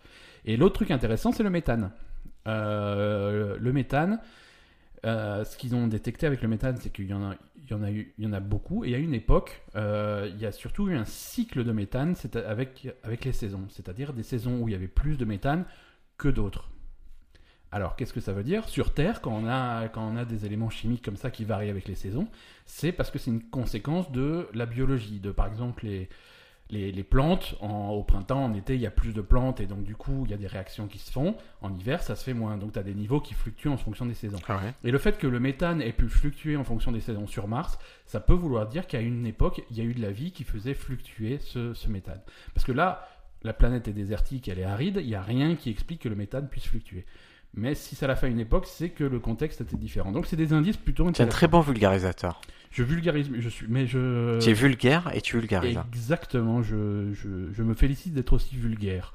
Speaker 1: Et l'autre truc intéressant, c'est le méthane. Euh, le méthane, euh, ce qu'ils ont détecté avec le méthane, c'est qu'il y en a, il y en a eu, il y en a beaucoup. Et à une époque, euh, il y a surtout eu un cycle de méthane, c'est avec avec les saisons, c'est-à-dire des saisons où il y avait plus de méthane que d'autres. Alors, qu'est-ce que ça veut dire Sur Terre, quand on, a, quand on a des éléments chimiques comme ça qui varient avec les saisons, c'est parce que c'est une conséquence de la biologie, de par exemple les, les, les plantes, en- au printemps, en été, il y a plus de plantes et donc du coup, il y a des réactions qui se font. En hiver, ça se fait moins. Donc tu as des niveaux qui fluctuent en fonction des saisons.
Speaker 2: Ah ouais.
Speaker 1: Et le fait que le méthane ait pu fluctuer en fonction des saisons sur Mars, ça peut vouloir dire qu'à une époque, il y a eu de la vie qui faisait fluctuer ce, ce méthane. Parce que là, la planète est désertique, elle est aride, il n'y a rien qui explique que le méthane puisse fluctuer. Mais si ça l'a fait à une époque, c'est que le contexte était différent. Donc c'est des indices plutôt
Speaker 2: T'es un
Speaker 1: intéressants.
Speaker 2: très bon vulgarisateur.
Speaker 1: Je vulgarise, mais je suis, mais je.
Speaker 2: Tu es vulgaire et tu vulgarises.
Speaker 1: Exactement, je, je- je me félicite d'être aussi vulgaire.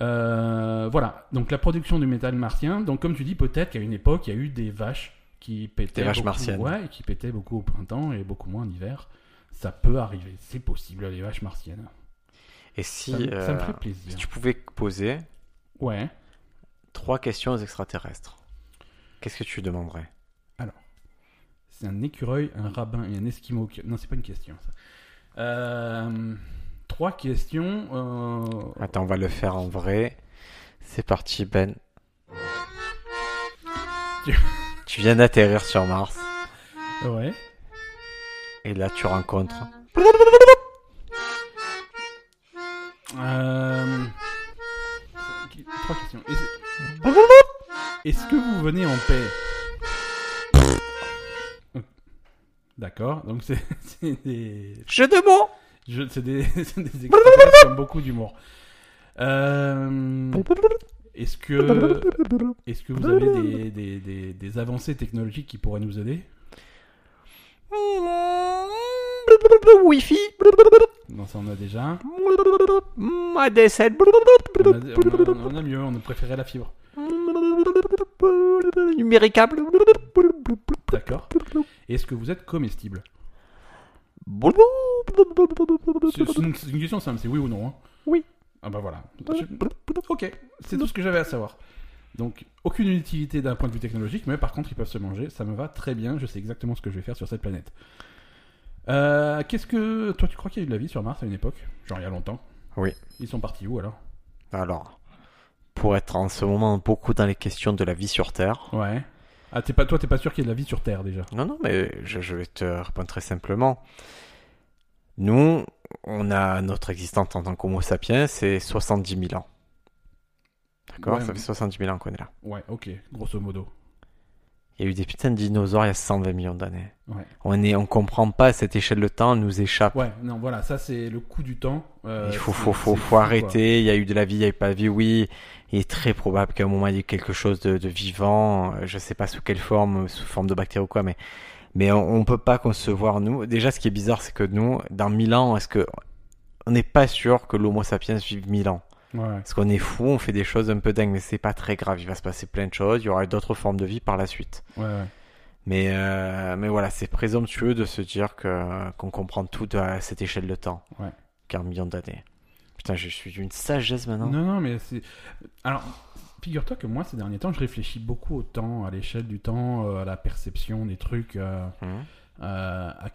Speaker 1: Euh, voilà, donc la production du métal martien. Donc, comme tu dis, peut-être qu'à une époque, il y a eu des vaches qui pétaient.
Speaker 2: Des vaches
Speaker 1: beaucoup,
Speaker 2: martiennes.
Speaker 1: Ouais, et qui pétaient beaucoup au printemps et beaucoup moins en hiver. Ça peut arriver, c'est possible, les vaches martiennes.
Speaker 2: Et si,
Speaker 1: Ça, me- ça me
Speaker 2: euh,
Speaker 1: ferait
Speaker 2: si
Speaker 1: plaisir.
Speaker 2: tu pouvais poser
Speaker 1: Ouais.
Speaker 2: trois questions aux extraterrestres, qu'est-ce que tu demanderais
Speaker 1: C'est un écureuil, un rabbin et un esquimau. qui- Non, c'est pas une question, ça. Euh, Trois questions. euh,
Speaker 2: Attends, on va le faire en vrai. C'est parti, Ben. *laughs*
Speaker 1: Tu-
Speaker 2: tu viens d'atterrir sur Mars
Speaker 1: Ouais.
Speaker 2: et là tu rencontres.
Speaker 1: Euh... Trois questions. Est-ce... Est-ce que vous venez en paix Oh, D'accord, donc c'est, *laughs* c'est des,
Speaker 2: Jeu de mots
Speaker 1: je- c'est des, *laughs* c'est des extraterrestres qui ont beaucoup d'humour. Euh, est-ce que,
Speaker 2: Euh,
Speaker 1: est-ce que vous avez des, des, des, des avancées technologiques qui pourraient nous aider
Speaker 2: Wi-Fi
Speaker 1: Non, ça on a déjà.
Speaker 2: Mm, ADSL
Speaker 1: On a, on a- on a mieux, on a préféré la fibre.
Speaker 2: Mm, Numéricable
Speaker 1: D'accord. Est-ce que vous êtes comestible C'est c'est une, c'est une question simple, c'est oui ou non. hein.
Speaker 2: Oui.
Speaker 1: Ah bah voilà. Je- Ok, c'est tout ce que j'avais à savoir. Donc, aucune utilité d'un point de vue technologique, mais par contre, ils peuvent se manger. Ça me va très bien, je sais exactement ce que je vais faire sur cette planète. Euh, Qu'est-ce que. Toi, tu crois qu'il y a eu de la vie sur Mars à une époque Genre il y a longtemps
Speaker 2: Oui.
Speaker 1: Ils sont partis où alors
Speaker 2: Alors, pour être en ce moment beaucoup dans les questions de la vie sur Terre.
Speaker 1: Ouais. Ah, t'es pas, toi, t'es pas sûr qu'il y ait de la vie sur Terre déjà
Speaker 2: Non, non, mais je, je vais te répondre très simplement. Nous, on a notre existence en tant qu'homo sapiens, c'est 70 000 ans. D'accord
Speaker 1: Ouais,
Speaker 2: Ça
Speaker 1: mais-
Speaker 2: fait 70 000 ans qu'on est là.
Speaker 1: Ouais, ok, grosso modo.
Speaker 2: Il y a eu des putains de dinosaures il y a 120 millions d'années.
Speaker 1: Ouais.
Speaker 2: On est, on comprend pas cette échelle de temps, elle nous échappe.
Speaker 1: Ouais, non, voilà, ça c'est le coup du temps. Euh,
Speaker 2: il faut,
Speaker 1: c'est-
Speaker 2: faut, faut,
Speaker 1: c'est
Speaker 2: faut
Speaker 1: fou, quoi.
Speaker 2: arrêter. Il y a eu de la vie, il n'y a eu pas de vie. Oui, il est très probable qu'à un moment il y ait quelque chose de, de vivant. euh, Je sais pas sous quelle forme, euh, sous forme de bactéries ou quoi, mais mais on, on peut pas concevoir nous. Déjà, ce qui est bizarre, c'est que nous, dans 1000 ans, est-ce que on n'est pas sûr que l'Homo sapiens vive 1000 ans
Speaker 1: Ouais.
Speaker 2: Parce qu'on est fou, on fait des choses un peu dingues, mais c'est pas très grave. Il va se passer plein de choses. Il y aura d'autres formes de vie par la suite.
Speaker 1: Ouais, ouais.
Speaker 2: Mais euh, mais voilà, c'est présomptueux de se dire que qu'on comprend tout à cette échelle de temps.
Speaker 1: Ouais.
Speaker 2: Qu'un million d'années. Putain, je suis d'une sagesse maintenant.
Speaker 1: Non, non, mais c'est. Alors, figure-toi que moi, ces derniers temps, je réfléchis beaucoup au temps, à l'échelle du temps, euh, à la perception des trucs. euh,
Speaker 2: Mhm.
Speaker 1: euh, à-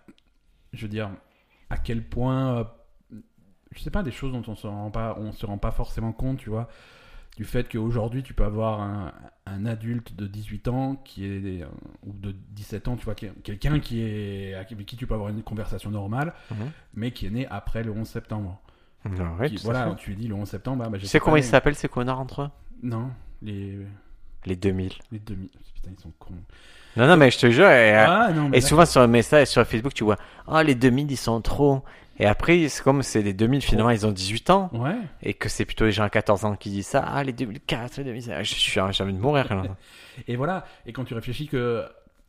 Speaker 1: Je veux dire, à quel point. euh, Je sais pas, des choses dont on se rend pas, on se rend pas forcément compte, tu vois. Du fait qu'aujourd'hui, tu peux avoir un, un adulte de 18 ans qui est. euh, ou de 17 ans, tu vois, qui est- quelqu'un qui est. avec qui tu peux avoir une conversation normale,
Speaker 2: Mhm.
Speaker 1: mais qui est né après le 11 septembre.
Speaker 2: Ah ouais,
Speaker 1: Qui-
Speaker 2: tout à
Speaker 1: voilà,
Speaker 2: fait.
Speaker 1: tu lui dis le 11 septembre, ah, bah,
Speaker 2: Tu
Speaker 1: j'étais
Speaker 2: sais
Speaker 1: pas
Speaker 2: comment ils
Speaker 1: né.
Speaker 2: s'appellent ces connards entre eux
Speaker 1: Non, les,
Speaker 2: Les 2000.
Speaker 1: les demi. Putain, ils sont cons.
Speaker 2: Non, non, mais je te jure. Et, euh,
Speaker 1: Ah non, mais.
Speaker 2: et
Speaker 1: là-
Speaker 2: souvent sur un message, sur Facebook, tu vois Ah, les 2000, ils sont trop. Et après, c'est comme c'est les 2000, finalement, ils ont 18 ans.
Speaker 1: Ouais.
Speaker 2: Et que c'est plutôt les gens à 14 ans qui disent ça. Ah, les 2004, les 2005. Je suis j'ai envie de mourir. quand même.
Speaker 1: Et voilà. Et quand tu réfléchis que.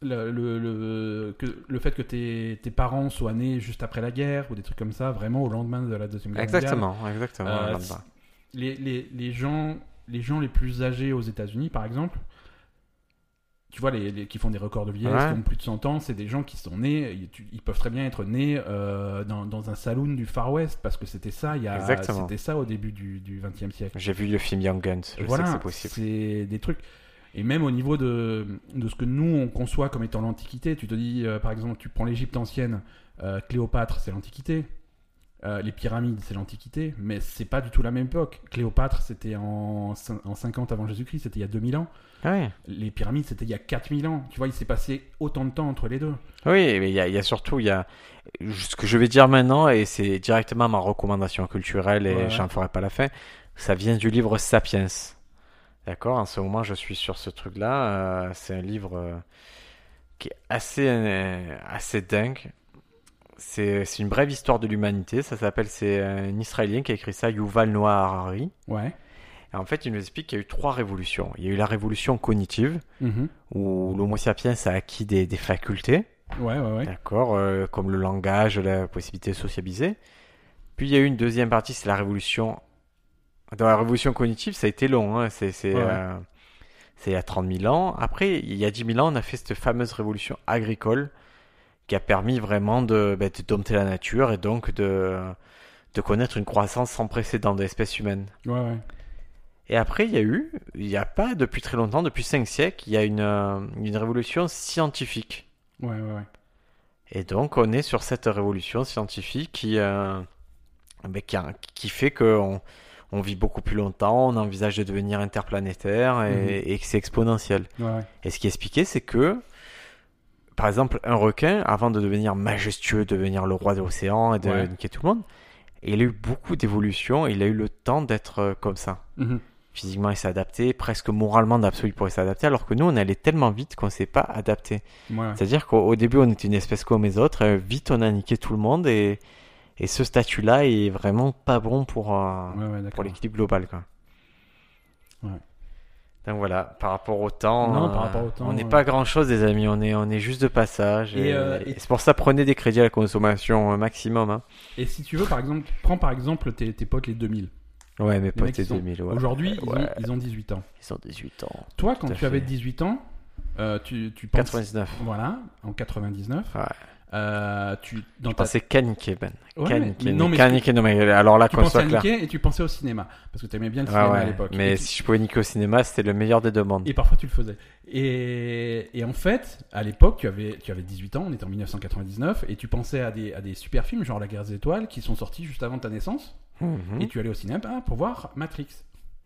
Speaker 1: Le, le, le- que, le fait que tes, tes parents soient nés juste après la guerre ou des trucs comme ça, vraiment au lendemain de la Deuxième Guerre mondiale.
Speaker 2: exactement, exactement.
Speaker 1: Euh,
Speaker 2: là-bas.
Speaker 1: si- Les, les, les, gens, les gens les plus âgés aux États-Unis, par exemple, tu vois, les, les- qui font des records de vieillesse,
Speaker 2: Ouais.
Speaker 1: qui ont plus de 100 ans, c'est des gens qui sont nés, ils, tu- ils peuvent très bien être nés euh, dans, dans un saloon du Far West parce que c'était ça, il y a,
Speaker 2: Exactement.
Speaker 1: c'était ça au début du, du 20e siècle.
Speaker 2: J'ai vu le film Young Guns. Je sais que c'est
Speaker 1: voilà,
Speaker 2: possible.
Speaker 1: c'est des trucs. Et même au niveau de, de ce que nous, on conçoit comme étant l'Antiquité, tu te dis, euh, par exemple, tu prends l'Égypte ancienne, euh, Cléopâtre, c'est l'Antiquité. Euh, les pyramides, c'est l'Antiquité, mais c'est pas du tout la même époque. Cléopâtre, c'était en, cin- en 50 avant Jésus-Christ, c'était il y a 2000 ans.
Speaker 2: Ah oui.
Speaker 1: Les pyramides, c'était il y a 4000 ans. Tu vois, il s'est passé autant de temps entre les deux.
Speaker 2: Oui, mais il y a, il y a surtout, il y a ce que je vais dire maintenant, et c'est directement ma recommandation culturelle, et
Speaker 1: Ouais.
Speaker 2: j'en ferai pas la fin. Ça vient du livre Sapiens. D'accord, en ce moment, je suis sur ce truc-là. euh, c'est un livre euh, qui est assez, euh, assez dingue. C'est c'est une brève histoire de l'humanité. Ça s'appelle, c'est euh, un Israélien qui a écrit ça, Yuval Noah Harari.
Speaker 1: Ouais.
Speaker 2: Et en fait, il nous explique qu'il y a eu trois révolutions. Il y a eu la révolution cognitive,
Speaker 1: Mhm.
Speaker 2: où l'Homo sapiens a acquis des- des facultés.
Speaker 1: Ouais, ouais, ouais.
Speaker 2: D'accord, euh, comme le langage, la possibilité de sociabiliser. Puis il y a eu une deuxième partie, c'est la révolution. Dans la révolution cognitive, ça a été long, hein, c'est c'est,
Speaker 1: Ouais, ouais.
Speaker 2: euh, c'est il y a 30 000 ans. Après, il y a 10 000 ans, on a fait cette fameuse révolution agricole qui a permis vraiment de, bah, de dompter la nature et donc de, de connaître une croissance sans précédent de l'espèce humaine.
Speaker 1: Ouais, ouais.
Speaker 2: Et après, il y a eu, il n'y a pas depuis très longtemps, depuis 5 siècles, il y a une, euh, une révolution scientifique.
Speaker 1: Ouais, ouais, ouais.
Speaker 2: Et donc, on est sur cette révolution scientifique qui, euh, ben, qui, a- qui fait qu'on on vit beaucoup plus longtemps, on envisage de devenir interplanétaire et,
Speaker 1: Mhm.
Speaker 2: et que c'est exponentiel.
Speaker 1: Ouais, ouais.
Speaker 2: Et ce qui est expliqué, c'est que, par exemple, un requin, avant de devenir majestueux, devenir le roi de l'océan et de
Speaker 1: Ouais.
Speaker 2: niquer tout le monde, il a eu beaucoup d'évolutions, il a eu le temps d'être euh, comme ça.
Speaker 1: Mhm.
Speaker 2: Physiquement, il s'est adapté, presque moralement d'absolu pour s'adapter, alors que nous, on allait tellement vite qu'on ne s'est pas adapté.
Speaker 1: Ouais, ouais.
Speaker 2: C'est-à-dire qu'au au début, on était une espèce comme les autres. euh, vite, on a niqué tout le monde. Et, et ce statut-là est vraiment pas bon pour, euh,
Speaker 1: Ouais, ouais,
Speaker 2: pour
Speaker 1: d'accord.
Speaker 2: l'équilibre global. Quoi.
Speaker 1: Ouais.
Speaker 2: Donc voilà, par rapport au temps,
Speaker 1: Non, par rapport au temps,
Speaker 2: on n'est
Speaker 1: euh,
Speaker 2: pas grand-chose, les amis. On est, on est juste de passage. Et,
Speaker 1: Et, euh,
Speaker 2: et
Speaker 1: et-
Speaker 2: c'est pour ça, prenez des crédits à la consommation euh, maximum. hein.
Speaker 1: Et si tu veux, par exemple, prends par exemple tes, tes potes les 2000.
Speaker 2: Ouais, mes potes,
Speaker 1: mecs,
Speaker 2: c'est
Speaker 1: ils ont-
Speaker 2: 2000. ouais.
Speaker 1: Aujourd'hui, ils,
Speaker 2: Ouais.
Speaker 1: ont, ils ont 18 ans.
Speaker 2: Ils ont 18 ans.
Speaker 1: Toi, quand
Speaker 2: Tout à
Speaker 1: tu avais
Speaker 2: fait.
Speaker 1: 18 ans, euh, tu, tu penses.
Speaker 2: 99.
Speaker 1: Voilà, en 99.
Speaker 2: Ouais.
Speaker 1: Euh, tu, dans
Speaker 2: Ah, c'est caniqué, Ben.
Speaker 1: Ouais,
Speaker 2: Caniqué.
Speaker 1: mais non, mais
Speaker 2: Caniqué, non, mais alors là,
Speaker 1: tu
Speaker 2: qu'on
Speaker 1: pensais
Speaker 2: soit
Speaker 1: à
Speaker 2: clair.
Speaker 1: niquer et tu pensais au cinéma. Parce que tu aimais bien le
Speaker 2: Ouais,
Speaker 1: cinéma à
Speaker 2: ouais.
Speaker 1: l'époque.
Speaker 2: Mais
Speaker 1: Et tu-
Speaker 2: si je pouvais niquer au cinéma, c'était le meilleur des deux mondes.
Speaker 1: Et parfois tu le faisais. Et, et en fait, à l'époque, tu avais, tu avais 18 ans, on était en 1999, et tu pensais à des, à des super films, genre La guerre des étoiles, qui sont sortis juste avant ta naissance,
Speaker 2: Mhm.
Speaker 1: et tu allais au cinéma hein, pour voir Matrix.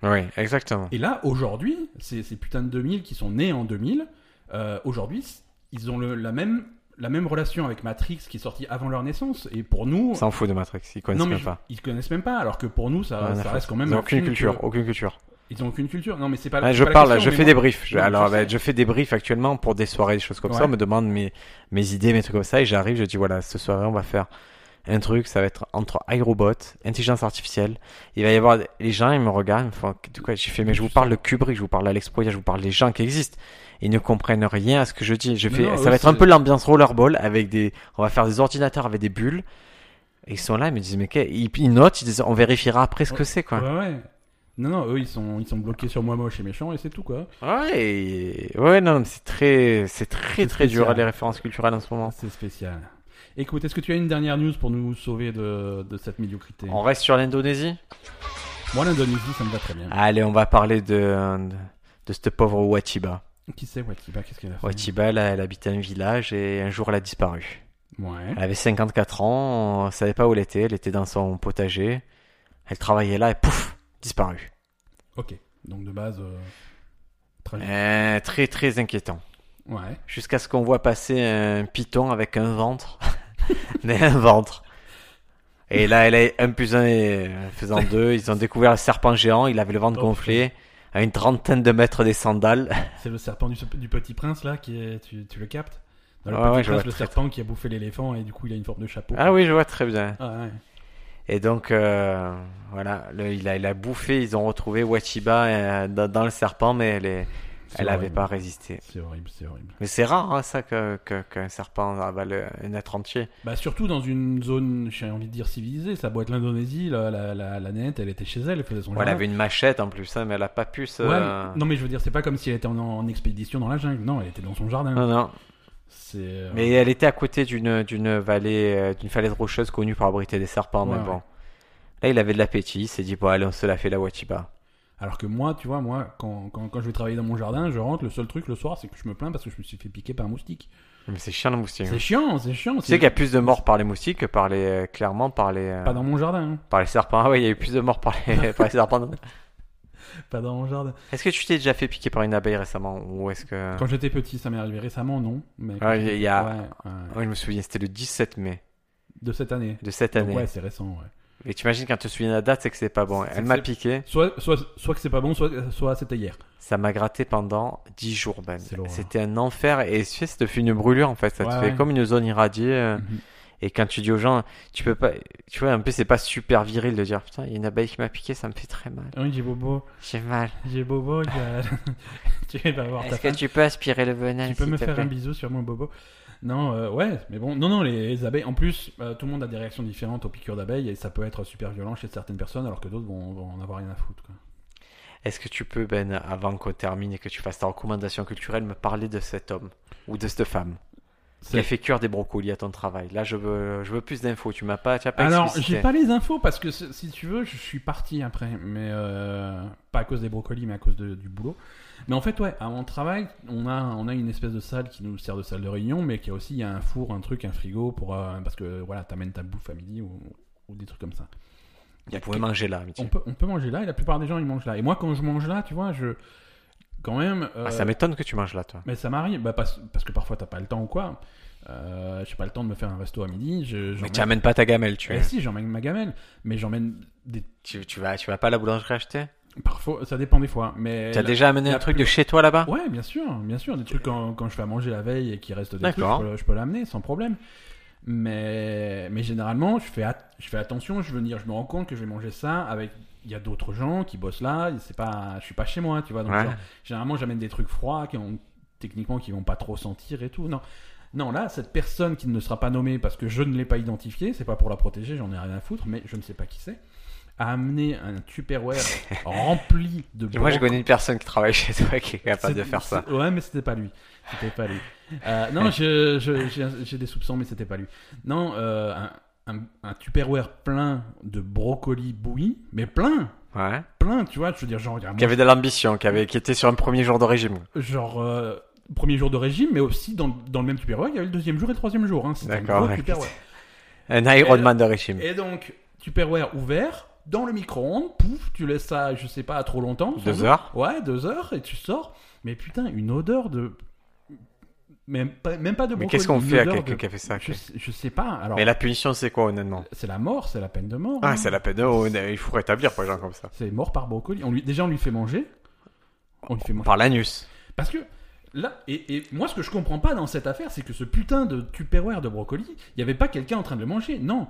Speaker 2: Oui, exactement.
Speaker 1: Et là, aujourd'hui, ces, ces putains de 2000 qui sont nés en 2000, euh, aujourd'hui, c- ils ont le- la, même, la même relation avec Matrix qui est sorti avant leur naissance, et pour nous.
Speaker 2: S'en fout de Matrix, ils connaissent
Speaker 1: non, mais
Speaker 2: même pas.
Speaker 1: ils connaissent même pas, alors que pour nous, ça,
Speaker 2: Rien à
Speaker 1: ça
Speaker 2: faire.
Speaker 1: reste quand
Speaker 2: Ils
Speaker 1: même.
Speaker 2: ont
Speaker 1: un
Speaker 2: aucune
Speaker 1: film
Speaker 2: culture,
Speaker 1: que-
Speaker 2: aucune culture.
Speaker 1: Ils ont aucune culture. Non, mais c'est pas.
Speaker 2: Ah,
Speaker 1: c'est
Speaker 2: je
Speaker 1: pas la
Speaker 2: parle, là, je
Speaker 1: question,
Speaker 2: fais
Speaker 1: mais
Speaker 2: des
Speaker 1: moi-
Speaker 2: briefs. Je-
Speaker 1: Non, mais
Speaker 2: alors,
Speaker 1: je
Speaker 2: ben,
Speaker 1: sais.
Speaker 2: je fais des briefs actuellement pour des soirées, des choses comme ça.
Speaker 1: Ouais.
Speaker 2: On me demande mes, mes idées, mes trucs comme ça, et j'arrive, je dis voilà, ce soirée, on va faire un truc, ça va être entre iRobot, intelligence artificielle. Il va y avoir des- les gens, ils me regardent, ils me font de quoi j'ai fait, mais je vous parle de Kubrick, je vous parle d'Alex Proya, je vous parle des gens qui existent. Ils ne comprennent rien à ce que je dis. Je
Speaker 1: Non,
Speaker 2: fais,
Speaker 1: non,
Speaker 2: ça
Speaker 1: eux,
Speaker 2: va être un
Speaker 1: c'est-
Speaker 2: peu l'ambiance rollerball avec des, on va faire des ordinateurs avec des bulles. Et Ils sont là, ils me disent, mais qu'est- ils ils notent, ils disent, on vérifiera après ce que c'est, quoi.
Speaker 1: Ouais, ouais. Non, non, eux, ils sont, ils sont bloqués sur moi moche et méchant, et c'est tout, quoi.
Speaker 2: Ouais, et- ouais, non, mais c'est très, c'est très,
Speaker 1: C'est
Speaker 2: très dur
Speaker 1: spécial.
Speaker 2: les références culturelles en ce moment.
Speaker 1: C'est spécial. Écoute, est-ce que tu as une dernière news pour nous sauver de, de cette médiocrité
Speaker 2: On reste sur l'Indonésie.
Speaker 1: Moi, l'Indonésie, ça me va très bien.
Speaker 2: Ah, Allez, on va parler de, de, cette pauvre Watiba.
Speaker 1: Qui c'est, Watiba Qu'est-ce qu'elle a fait
Speaker 2: Watiba, elle, elle habitait un village et un jour elle a disparu.
Speaker 1: Ouais.
Speaker 2: Elle avait 54 ans, on savait pas où elle était, elle était dans son potager. Elle travaillait là et pouf, disparue.
Speaker 1: Ok. Donc, de base. euh, tragique.
Speaker 2: Euh, très, très inquiétant.
Speaker 1: Ouais.
Speaker 2: Jusqu'à ce qu'on voit passer un python avec un ventre. *laughs* Mais un ventre. Et là, elle est un plus un et un faisant deux. Ils ont découvert le serpent géant. Il avait le ventre
Speaker 1: Oh,
Speaker 2: gonflé. À une trentaine de mètres des sandales. *laughs*
Speaker 1: C'est le serpent du, du petit prince, là, qui est, tu, tu le captes Dans le
Speaker 2: Ouais,
Speaker 1: petit
Speaker 2: ouais, je
Speaker 1: prince,
Speaker 2: vois
Speaker 1: le
Speaker 2: très,
Speaker 1: serpent qui a bouffé l'éléphant, et du coup, il a une forme de chapeau.
Speaker 2: Ah oui, je vois très bien.
Speaker 1: Ah, ouais.
Speaker 2: Et donc, euh, voilà. le- il, a, il a bouffé. Ils ont retrouvé Wachiba euh, dans, dans le serpent, mais elle, est,
Speaker 1: C'est
Speaker 2: elle avait
Speaker 1: horrible.
Speaker 2: pas résisté.
Speaker 1: C'est horrible, c'est horrible.
Speaker 2: Mais c'est rare, hein, ça, que- que- qu'un serpent avale un être entier.
Speaker 1: Bah surtout dans une zone, j'ai envie de dire civilisée, ça boîte l'Indonésie, la, la, la, la nette, elle était chez elle, elle faisait son
Speaker 2: Ouais, elle
Speaker 1: jardin.
Speaker 2: avait une machette en plus, hein, mais elle a pas pu se. euh,
Speaker 1: Ouais, non mais je veux dire, c'est pas comme si elle était en, en expédition dans la jungle, non, elle était dans son jardin.
Speaker 2: non, non.
Speaker 1: C'est euh,
Speaker 2: Ah. Mais elle était à côté d'une d'une vallée, euh, d'une falaise rocheuse connue pour abriter des serpents, mais
Speaker 1: Ouais,
Speaker 2: bon.
Speaker 1: ouais.
Speaker 2: Là, il avait de l'appétit, il s'est dit, bon, allez, on se la fait la Wachiba.
Speaker 1: Alors que moi, tu vois, moi, quand, quand, quand je vais travailler dans mon jardin, je rentre, le seul truc le soir, c'est que je me plains parce que je me suis fait piquer par un moustique.
Speaker 2: Mais c'est chiant le moustique.
Speaker 1: C'est chiant, c'est chiant.
Speaker 2: Tu sais qu'il y a plus de morts par les moustiques que par les. euh, clairement, par les. euh,
Speaker 1: Pas dans mon jardin. hein.
Speaker 2: Par les serpents. Ah ouais, il y a eu plus de morts par
Speaker 1: *laughs*
Speaker 2: les, par les serpents.
Speaker 1: Pas dans mon jardin.
Speaker 2: Est-ce que tu t'es déjà fait piquer par une abeille récemment Ou est-ce que.
Speaker 1: Quand j'étais petit, ça m'est arrivé récemment, non. Mais quand
Speaker 2: Ah. Ouais,
Speaker 1: j'étais-
Speaker 2: il y a-
Speaker 1: ouais, ouais.
Speaker 2: Ouais, Oh, je me souviens, c'était le 17 mai
Speaker 1: De cette année.
Speaker 2: de cette
Speaker 1: Donc
Speaker 2: année.
Speaker 1: ouais, c'est récent. Ouais.
Speaker 2: Et tu imagines quand tu te souviens de la date, c'est que c'est pas bon.
Speaker 1: C'est-
Speaker 2: Elle m'a
Speaker 1: c'est-
Speaker 2: piqué,
Speaker 1: Soit, soit, soit que c'est pas bon, soit, soit c'était hier.
Speaker 2: ça m'a gratté pendant 10 jours même.
Speaker 1: C'est l'horreur.
Speaker 2: C'était un enfer et tu sais, ça te fait une brûlure en fait. Ça
Speaker 1: Ouais,
Speaker 2: te fait
Speaker 1: ouais.
Speaker 2: comme une zone irradiée. euh,
Speaker 1: Mhm.
Speaker 2: Et quand tu dis aux gens, tu peux pas. Tu vois, un peu, c'est pas super viril de dire putain, il y a une abeille qui m'a piqué, ça me fait très mal.
Speaker 1: Oui, j'ai bobo.
Speaker 2: J'ai mal.
Speaker 1: J'ai bobo. il y a- *laughs* tu vas voir ta
Speaker 2: Est-ce que
Speaker 1: femme.
Speaker 2: tu peux aspirer le venin
Speaker 1: Tu peux
Speaker 2: s'il
Speaker 1: me
Speaker 2: te
Speaker 1: faire
Speaker 2: plaît
Speaker 1: un bisou sur mon bobo Non, euh, ouais, mais bon, non, non, les, les abeilles. En plus, euh, tout le monde a des réactions différentes aux piqûres d'abeilles et ça peut être super violent chez certaines personnes, alors que d'autres vont, vont en avoir rien à foutre. quoi.
Speaker 2: Est-ce que tu peux, Ben, avant qu'on termine et que tu fasses ta recommandation culturelle, me parler de cet homme ou de cette femme qui a fait cuire des brocolis à ton travail Là, je veux, je veux plus d'infos. Tu m'as pas, tu as pas
Speaker 1: Alors,
Speaker 2: explicité.
Speaker 1: j'ai pas les infos parce que si si tu veux, je suis parti après, mais euh, pas à cause des brocolis, mais à cause de- du boulot. Mais en fait, ouais, à mon travail, on a, on a une espèce de salle qui nous sert de salle de réunion, mais qui a aussi il y a un four, un truc, un frigo pour euh, parce que voilà, t'amènes ta bouffe à midi ou, ou des trucs comme ça.
Speaker 2: On pouvait manger là,
Speaker 1: On
Speaker 2: Mitch.
Speaker 1: peut, on peut manger là et la plupart des gens ils mangent là. Et moi, quand je mange là, tu vois, je quand même. euh,
Speaker 2: Ah, ça m'étonne que tu manges là, toi.
Speaker 1: mais ça m'arrive, bah, parce, parce que parfois t'as pas le temps ou quoi. Euh, j'ai pas le temps de me faire un resto à midi. Je,
Speaker 2: Mais
Speaker 1: j'emmène-
Speaker 2: tu amènes pas ta gamelle, tu,
Speaker 1: Eh si, j'emmène ma gamelle, mais j'emmène des
Speaker 2: tu, tu vas, tu vas pas à la boulangerie acheter
Speaker 1: Parfois, ça dépend des fois. Mais
Speaker 2: Tu as
Speaker 1: la-
Speaker 2: déjà amené
Speaker 1: la
Speaker 2: un truc
Speaker 1: plus-
Speaker 2: de chez toi là-bas
Speaker 1: Ouais, bien sûr, bien sûr. Des trucs quand, quand je fais à manger la veille et qu'il reste des trucs,
Speaker 2: D'accord.
Speaker 1: je peux, je peux l'amener sans problème. Mais, mais généralement, je fais, at- je fais attention. Je veux dire, je me rends compte que je vais manger ça avec. Il y a d'autres gens qui bossent là. et C'est pas, je suis pas chez moi, tu vois. Donc
Speaker 2: Ouais.
Speaker 1: genre, généralement, j'amène des trucs froids qui ont techniquement qui vont pas trop sentir et tout. Non, non. Là, cette personne qui ne sera pas nommée parce que je ne l'ai pas identifiée, c'est pas pour la protéger. J'en ai rien à foutre, mais je ne sais pas qui c'est. A amené un
Speaker 2: *laughs*
Speaker 1: Tupperware rempli de
Speaker 2: Moi, je
Speaker 1: broc-
Speaker 2: connais une personne qui travaille chez toi qui est capable de
Speaker 1: c'est-
Speaker 2: faire ça.
Speaker 1: c'est- Ouais, mais c'était pas lui. C'était pas lui. Euh, non, je- je- j'ai j'ai des soupçons, mais c'était pas lui. Non, euh, un, un, un Tupperware plein de brocolis bouillis, mais plein,
Speaker 2: Ouais.
Speaker 1: plein, tu vois. Je veux dire, genre, il y a un
Speaker 2: Qui avait de l'ambition, qui, avait, qui était sur un premier jour de régime.
Speaker 1: moment- genre euh, premier jour de régime, mais aussi dans, dans le même Tupperware, il y avait le deuxième jour et le troisième jour. Hein. C'était un
Speaker 2: D'accord,
Speaker 1: gros
Speaker 2: ouais.
Speaker 1: Tupperware.
Speaker 2: Un Ironman de régime.
Speaker 1: euh, Et donc, Tupperware ouvert, dans le micro-ondes, pouf, tu laisses ça, je sais pas, trop longtemps. sans
Speaker 2: Deux
Speaker 1: doute.
Speaker 2: heures
Speaker 1: Ouais, deux heures et tu sors. Mais putain, une odeur de. Même pas, même pas de
Speaker 2: Mais
Speaker 1: brocoli,
Speaker 2: qu'est-ce qu'on
Speaker 1: une
Speaker 2: fait à
Speaker 1: odeur
Speaker 2: quelqu'un
Speaker 1: de-
Speaker 2: qui a fait ça
Speaker 1: je, sais- je sais pas. Alors,
Speaker 2: Mais la punition, c'est quoi, honnêtement
Speaker 1: c'est la mort, c'est la peine de mort. hein.
Speaker 2: Ah, c'est la peine. de- oh, Il faut rétablir pour les gens comme ça.
Speaker 1: C'est mort par brocoli. On lui, déjà, on lui fait manger. On lui fait manger.
Speaker 2: Par l'anus.
Speaker 1: Parce que là, et, et moi, ce que je comprends pas dans cette affaire, c'est que ce putain de Tupperware de brocoli, il y avait pas quelqu'un en train de le manger. Non.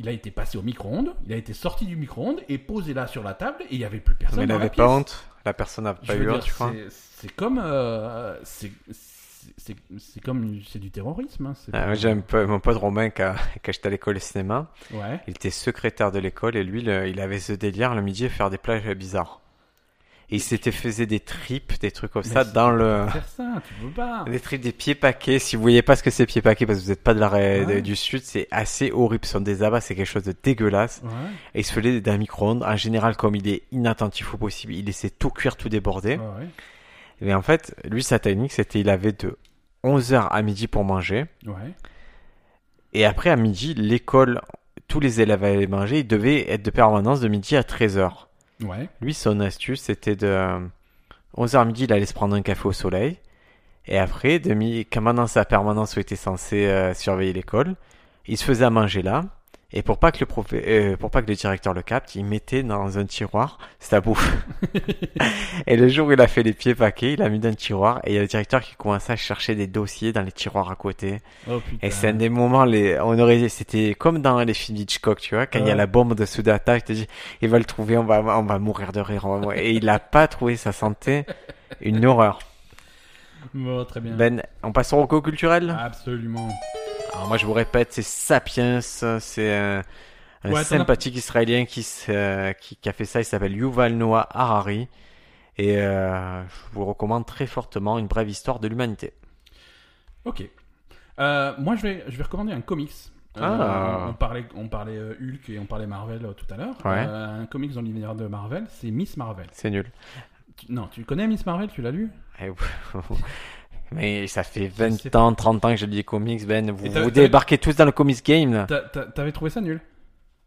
Speaker 1: Il a été passé au micro-ondes, il a été sorti du micro-ondes et posé là sur la table et il y avait plus personne.
Speaker 2: Mais elle
Speaker 1: dans la
Speaker 2: n'avait
Speaker 1: pièce.
Speaker 2: pas honte. La personne n'a
Speaker 1: Je
Speaker 2: pas
Speaker 1: veux
Speaker 2: eu
Speaker 1: dire,
Speaker 2: honte, tu crois
Speaker 1: c'est- C'est comme, euh, c'est c'est- c'est comme, c'est du terrorisme. hein, c'est
Speaker 2: Ah,
Speaker 1: pas-
Speaker 2: moi, J'ai un peu- mon pote Romain qui a- qui j'étais à l'école de cinéma.
Speaker 1: Ouais.
Speaker 2: Il était secrétaire de l'école et lui, le- il avait ce délire le midi à faire des plages bizarres. Et il s'était faisait des tripes, des trucs comme
Speaker 1: Mais
Speaker 2: ça
Speaker 1: c'est-
Speaker 2: dans le.
Speaker 1: Faire ça, tu peux pas.
Speaker 2: Des tripes des pieds paquets. Si vous voyez pas ce que c'est pieds paquets parce que vous n'êtes pas de la, ré-
Speaker 1: Ah Ouais.
Speaker 2: du sud, c'est assez horrible. Ce sont des abats, c'est quelque chose de dégueulasse.
Speaker 1: Ouais,
Speaker 2: Et il se faisait d'un micro-ondes. En général, comme il est inattentif au possible, il laissait tout cuire, tout déborder.
Speaker 1: ouais, ouais,
Speaker 2: Et en fait, lui, sa technique, c'était il avait de 11h à midi pour manger.
Speaker 1: ouais.
Speaker 2: Et après, à midi, l'école, tous les élèves allaient manger. Ils devaient être de permanence de midi à 13h.
Speaker 1: ouais.
Speaker 2: Lui, son astuce, c'était de 11h à midi, il allait se prendre un café au soleil. Et après, de mi- quand maintenant sa permanence où il était censé euh, surveiller l'école, il se faisait à manger là. Et pour pas que le prof... euh, pour pas que le directeur le capte, il mettait dans un tiroir sa bouffe. et le jour où il a fait les pieds paquets, il a mis dans le tiroir et il y a le directeur qui commençait à chercher des dossiers dans les tiroirs à côté.
Speaker 1: Oh putain.
Speaker 2: Et c'est un des moments, les, on aurait, c'était comme dans les films d'Hitchcock, tu vois, quand il y a
Speaker 1: Ouais.
Speaker 2: la bombe de Sudata, il te dit, il va le trouver, on va, on va mourir de rire, on va mourir. et il a pas trouvé sa santé, une horreur.
Speaker 1: Bon, très bien. Ah.
Speaker 2: Ben, on passe au reco culturel?
Speaker 1: Absolument.
Speaker 2: Alors moi, je vous répète, c'est Sapiens, c'est un, un
Speaker 1: Ouais, t'en as-
Speaker 2: sympathique israélien qui, se- euh, qui, qui a fait ça, il s'appelle Yuval Noah Harari. Et euh, je vous recommande très fortement une brève histoire de l'humanité.
Speaker 1: Ok. Euh, moi, je vais, je vais recommander un comics. Euh,
Speaker 2: Ah.
Speaker 1: on parlait, on parlait euh, Hulk et on parlait Marvel euh, tout à l'heure.
Speaker 2: Ouais.
Speaker 1: Euh, un comics dans l'univers de Marvel, c'est Miss Marvel.
Speaker 2: C'est nul.
Speaker 1: Tu- non, tu connais Miss Marvel Tu l'as lu
Speaker 2: Eh, *laughs* Mais ça fait
Speaker 1: sais
Speaker 2: 20
Speaker 1: pas.
Speaker 2: ans, 30 ans que je lis les comics, Ben. Vous,
Speaker 1: Et t'as-
Speaker 2: vous
Speaker 1: t'as-
Speaker 2: débarquez tous dans le comics game, là.
Speaker 1: T'a- t'a- T'avais trouvé ça nul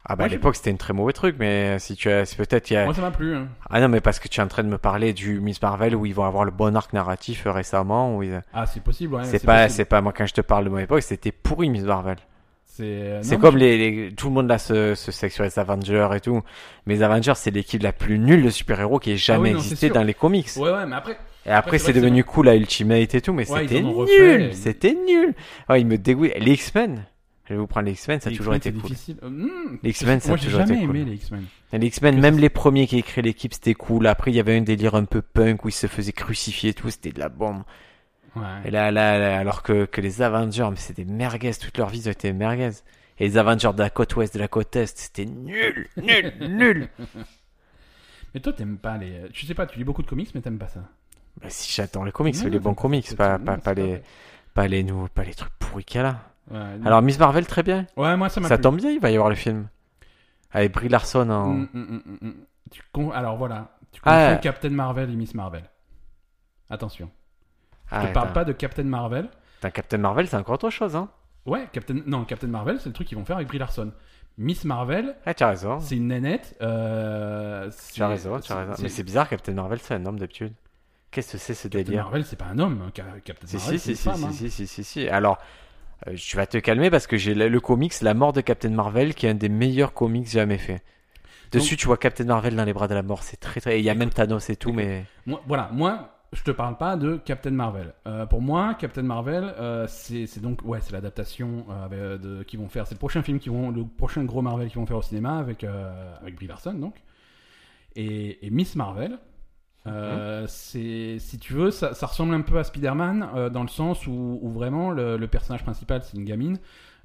Speaker 2: Ah bah
Speaker 1: Moi,
Speaker 2: à
Speaker 1: j'ai-
Speaker 2: l'époque c'était une très mauvais truc, mais si tu as, c'est peut-être il y a...
Speaker 1: Moi, ça m'a plu. hein.
Speaker 2: Ah non mais parce que tu es en train de me parler du Miss Marvel où ils vont avoir le bon arc narratif euh, récemment, où ils-
Speaker 1: Ah, c'est possible. ouais,
Speaker 2: c'est pas,
Speaker 1: possible.
Speaker 2: c'est pas moi quand je te parle de mon époque, c'était pourri Miss Marvel.
Speaker 1: C'est euh,
Speaker 2: c'est
Speaker 1: non,
Speaker 2: comme les, les- tout le monde là se, se sexe sur les Avengers et tout, mais les Avengers c'est l'équipe la plus nulle de super-héros qui ait jamais
Speaker 1: Ah oui, non, c'est
Speaker 2: existé
Speaker 1: sûr.
Speaker 2: dans les comics.
Speaker 1: Ouais, ouais, mais après,
Speaker 2: Et après
Speaker 1: Après, c'est
Speaker 2: c'est
Speaker 1: vrai que
Speaker 2: devenu cool à Ultimate et tout, mais
Speaker 1: Ouais, ils
Speaker 2: c'était
Speaker 1: en ont
Speaker 2: nul,
Speaker 1: refait.
Speaker 2: c'était nul. Ouais, il me dégoûte. Les X-Men, je vais vous prendre les X-Men, ça a
Speaker 1: les
Speaker 2: toujours
Speaker 1: X-Men,
Speaker 2: été
Speaker 1: c'est
Speaker 2: cool.
Speaker 1: difficile. Euh, hmm,
Speaker 2: Les X-Men, ça a
Speaker 1: Moi, j'ai
Speaker 2: toujours été
Speaker 1: jamais
Speaker 2: cool.
Speaker 1: aimé les X-Men.
Speaker 2: Et Les X-Men, même les premiers qui écrit l'équipe, c'était cool. Après, il y avait un délire un peu punk où ils se faisaient crucifier et tout, c'était de la bombe.
Speaker 1: Ouais.
Speaker 2: Et là, là, là, alors que, que les Avengers, mais c'était merguez, toute leur vie, ils ont été merguez. Et les Avengers de la côte ouest, de la côte est, c'était nul, *laughs* nul, *laughs* nul.
Speaker 1: *laughs* Mais toi, t'aimes pas les. Tu sais pas, tu lis beaucoup de comics, mais t'aimes pas ça.
Speaker 2: Bah, si j'attends les comics,
Speaker 1: Non,
Speaker 2: les
Speaker 1: non,
Speaker 2: bons
Speaker 1: c'est-
Speaker 2: comics,
Speaker 1: c'est-
Speaker 2: pas,
Speaker 1: non,
Speaker 2: pas,
Speaker 1: c'est
Speaker 2: pas les, pas les nouveaux, pas les trucs pourris qu'il y a là.
Speaker 1: Ouais, non.
Speaker 2: Alors, Miss Marvel, très bien.
Speaker 1: Ouais, moi, ça m'a
Speaker 2: Ça
Speaker 1: plu.
Speaker 2: tombe bien, il va y avoir le film. Avec Brie Larson en.
Speaker 1: Mm, mm, mm, mm, mm. Tu con- Alors voilà, tu comprends
Speaker 2: Ah.
Speaker 1: Captain Marvel et Miss Marvel. Attention,
Speaker 2: Ah,
Speaker 1: je te parle
Speaker 2: attends.
Speaker 1: pas de Captain Marvel.
Speaker 2: Attends, Captain Marvel, c'est encore autre chose, hein.
Speaker 1: Ouais, Captain... Non, Captain Marvel, c'est le truc qu'ils vont faire avec Brie Larson. Miss Marvel,
Speaker 2: Ah, tu as raison.
Speaker 1: c'est une nénette. euh, c'est-
Speaker 2: Tu as raison, tu as
Speaker 1: c'est-
Speaker 2: raison.
Speaker 1: c'est-
Speaker 2: Mais c'est bizarre, Captain Marvel, c'est un homme d'habitude. Qu'est-ce que c'est ce
Speaker 1: Captain
Speaker 2: délire
Speaker 1: Marvel, c'est pas un homme. hein, Ca- Captain
Speaker 2: si
Speaker 1: Marvel,
Speaker 2: si
Speaker 1: c'est
Speaker 2: si,
Speaker 1: une
Speaker 2: si,
Speaker 1: femme.
Speaker 2: si,
Speaker 1: hein.
Speaker 2: si, si, si, si. Alors, euh, tu vas te calmer parce que j'ai le, le comics La mort de Captain Marvel, qui est un des meilleurs comics jamais fait. Dessus, tu vois Captain Marvel dans les bras de la mort, c'est très très. et Il y a même Thanos et tout, mais.
Speaker 1: Moi, voilà, moi, je te parle pas de Captain Marvel. Euh, pour moi, Captain Marvel, euh, c'est c'est donc ouais, c'est l'adaptation euh, avec- de- qu'ils vont faire. C'est le prochain film qui vont, le prochain gros Marvel qu'ils vont faire au cinéma avec euh, avec Brie Larson donc. Et, et Miss Marvel, euh, c'est si tu veux, ça, ça ressemble un peu à Spider-Man euh, dans le sens où, où vraiment le, le personnage principal c'est une gamine.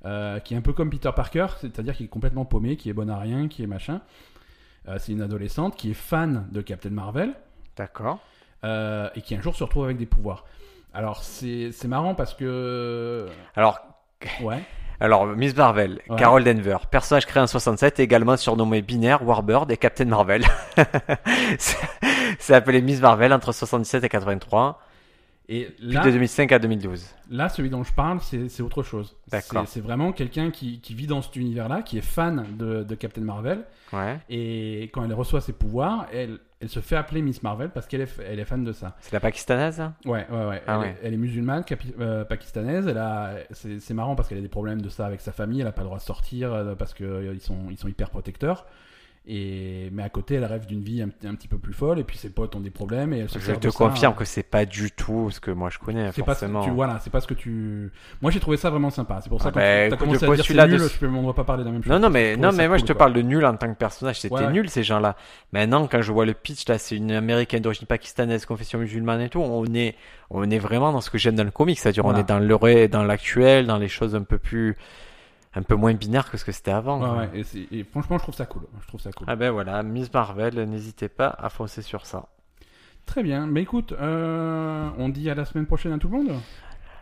Speaker 1: euh, qui est un peu comme Peter Parker, c'est-à-dire qui est complètement paumé, qui est bonne à rien, qui est machin. Euh, c'est une adolescente qui est fan de Captain Marvel,
Speaker 2: D'accord.
Speaker 1: euh, et qui un jour se retrouve avec des pouvoirs. Alors c'est c'est marrant parce que
Speaker 2: Alors,
Speaker 1: ouais
Speaker 2: alors, Miss Marvel,
Speaker 1: Ouais.
Speaker 2: Carol Denver, personnage créé en 67, également surnommé Binaire, Warbird et Captain Marvel. *laughs* C'est- c'est appelé Miss Marvel entre 77 et 83,
Speaker 1: et
Speaker 2: puis
Speaker 1: là
Speaker 2: de 2005 à 2012.
Speaker 1: là celui dont je parle c'est c'est autre chose.
Speaker 2: D'accord.
Speaker 1: C'est- C'est vraiment quelqu'un qui, qui vit dans cet univers là, qui est fan de, de Captain Marvel
Speaker 2: Ouais.
Speaker 1: et quand elle reçoit ses pouvoirs, elle elle se fait appeler Miss Marvel parce qu'elle est elle est fan de ça.
Speaker 2: C'est la pakistanaise hein
Speaker 1: Ouais ouais ouais.
Speaker 2: Ah
Speaker 1: elle,
Speaker 2: ouais.
Speaker 1: Est, elle est musulmane capi- euh, pakistanaise. Elle a c'est c'est marrant parce qu'elle a des problèmes de ça avec sa famille. Elle a pas le droit de sortir euh, parce que euh, ils sont ils sont hyper protecteurs. Et mais à côté, elle rêve d'une vie un, un petit peu plus folle. Et puis ses potes ont des problèmes et elle se
Speaker 2: Je
Speaker 1: sert
Speaker 2: te
Speaker 1: de ça. hein.
Speaker 2: confirme que c'est pas du tout ce que moi je connais,
Speaker 1: C'est pas ce
Speaker 2: forcément. hein.
Speaker 1: que tu voilà, c'est pas ce que tu. Moi j'ai trouvé ça vraiment sympa. C'est pour ça
Speaker 2: Ah
Speaker 1: que
Speaker 2: bah,
Speaker 1: t'as
Speaker 2: écoute,
Speaker 1: commencé
Speaker 2: le
Speaker 1: à dire
Speaker 2: postulat
Speaker 1: c'est nul.
Speaker 2: de-
Speaker 1: Je peux on doit pas parler de la même chose.
Speaker 2: Non, non, mais,
Speaker 1: trouve
Speaker 2: non,
Speaker 1: ça
Speaker 2: mais moi
Speaker 1: cool,
Speaker 2: je te
Speaker 1: quoi.
Speaker 2: parle de nul en tant que personnage. C'était
Speaker 1: Ouais, ouais.
Speaker 2: nul ces gens-là. Maintenant, quand je vois le pitch là, c'est une américaine d'origine pakistanaise, confession musulmane et tout. On est, on est vraiment dans ce que j'aime dans le comics. C'est-à-dire,
Speaker 1: Voilà.
Speaker 2: on est dans le ré- dans l'actuel, dans les choses un peu plus, un peu moins binaires que ce que c'était avant.
Speaker 1: Ouais,
Speaker 2: quoi.
Speaker 1: ouais, et, c'est- et franchement, je trouve ça cool. Je trouve ça cool.
Speaker 2: Ah ben voilà, Miss Marvel, n'hésitez pas à foncer sur ça.
Speaker 1: Très bien. Mais écoute, euh, on dit à la semaine prochaine à tout le monde.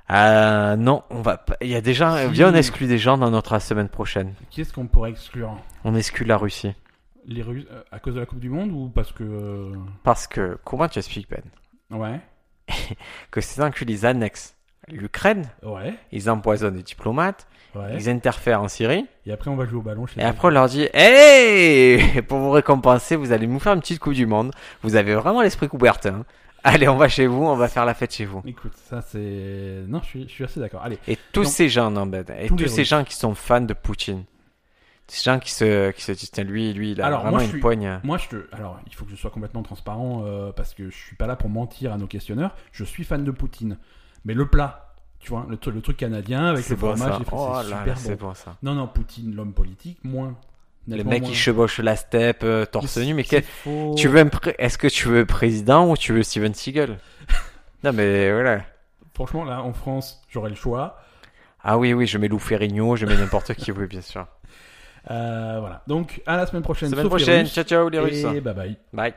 Speaker 2: Ah non, on va pas. Il y a déjà,
Speaker 1: Si.
Speaker 2: viens, on exclut des gens dans notre semaine prochaine.
Speaker 1: Qui est-ce qu'on pourrait exclure
Speaker 2: On exclut la Russie.
Speaker 1: Les Russes euh, à cause de la Coupe du Monde ou parce que euh,
Speaker 2: Parce que, comment tu expliques, Ben
Speaker 1: ouais
Speaker 2: Que ces enculés annexent l'Ukraine,
Speaker 1: ouais
Speaker 2: ils empoisonnent des diplomates,
Speaker 1: ouais
Speaker 2: ils interfèrent en Syrie,
Speaker 1: et après on va jouer au ballon chez
Speaker 2: et après on leur dit Hey Pour vous récompenser, vous allez nous faire une petite Coupe du Monde. Vous avez vraiment l'esprit Coubertin. Allez, on va chez vous, on va faire la fête chez vous.
Speaker 1: écoute ça c'est non je suis, je suis assez d'accord allez
Speaker 2: Et tous
Speaker 1: Non.
Speaker 2: ces gens, non, Ben, et
Speaker 1: Tous
Speaker 2: tous,
Speaker 1: les
Speaker 2: ces
Speaker 1: Russes.
Speaker 2: gens qui sont fans de Poutine. Ces gens qui se, qui se disent Tiens, lui, lui, il a
Speaker 1: Alors,
Speaker 2: vraiment
Speaker 1: moi, je
Speaker 2: une
Speaker 1: suis-
Speaker 2: poigne.
Speaker 1: moi je te alors il faut que je sois complètement transparent euh, parce que je suis pas là pour mentir à nos questionneurs je suis fan de Poutine mais le plat tu vois le, tru- le truc canadien avec
Speaker 2: C'est
Speaker 1: le
Speaker 2: bon
Speaker 1: fromage
Speaker 2: ça.
Speaker 1: les frites,
Speaker 2: Oh
Speaker 1: c'est
Speaker 2: là
Speaker 1: super
Speaker 2: là,
Speaker 1: bon
Speaker 2: c'est bon ça.
Speaker 1: non non Poutine l'homme politique moins
Speaker 2: Le
Speaker 1: nettement
Speaker 2: mec,
Speaker 1: moins.
Speaker 2: il chevauche la steppe, euh, torse
Speaker 1: C'est-
Speaker 2: nu, mais
Speaker 1: c'est
Speaker 2: quel.
Speaker 1: faux.
Speaker 2: Tu veux un pré- Est-ce que tu veux président ou tu veux
Speaker 1: *laughs*
Speaker 2: Steven Seagal Non mais voilà.
Speaker 1: franchement là en France j'aurais le choix
Speaker 2: Ah oui oui, je mets Lou Ferrigno, je mets n'importe qui, oui bien sûr.
Speaker 1: Euh, voilà donc à la semaine prochaine
Speaker 2: Semaine
Speaker 1: sauf les
Speaker 2: prochaine,
Speaker 1: Russes,
Speaker 2: ciao ciao les Russes. hein.
Speaker 1: et bye bye
Speaker 2: Bye.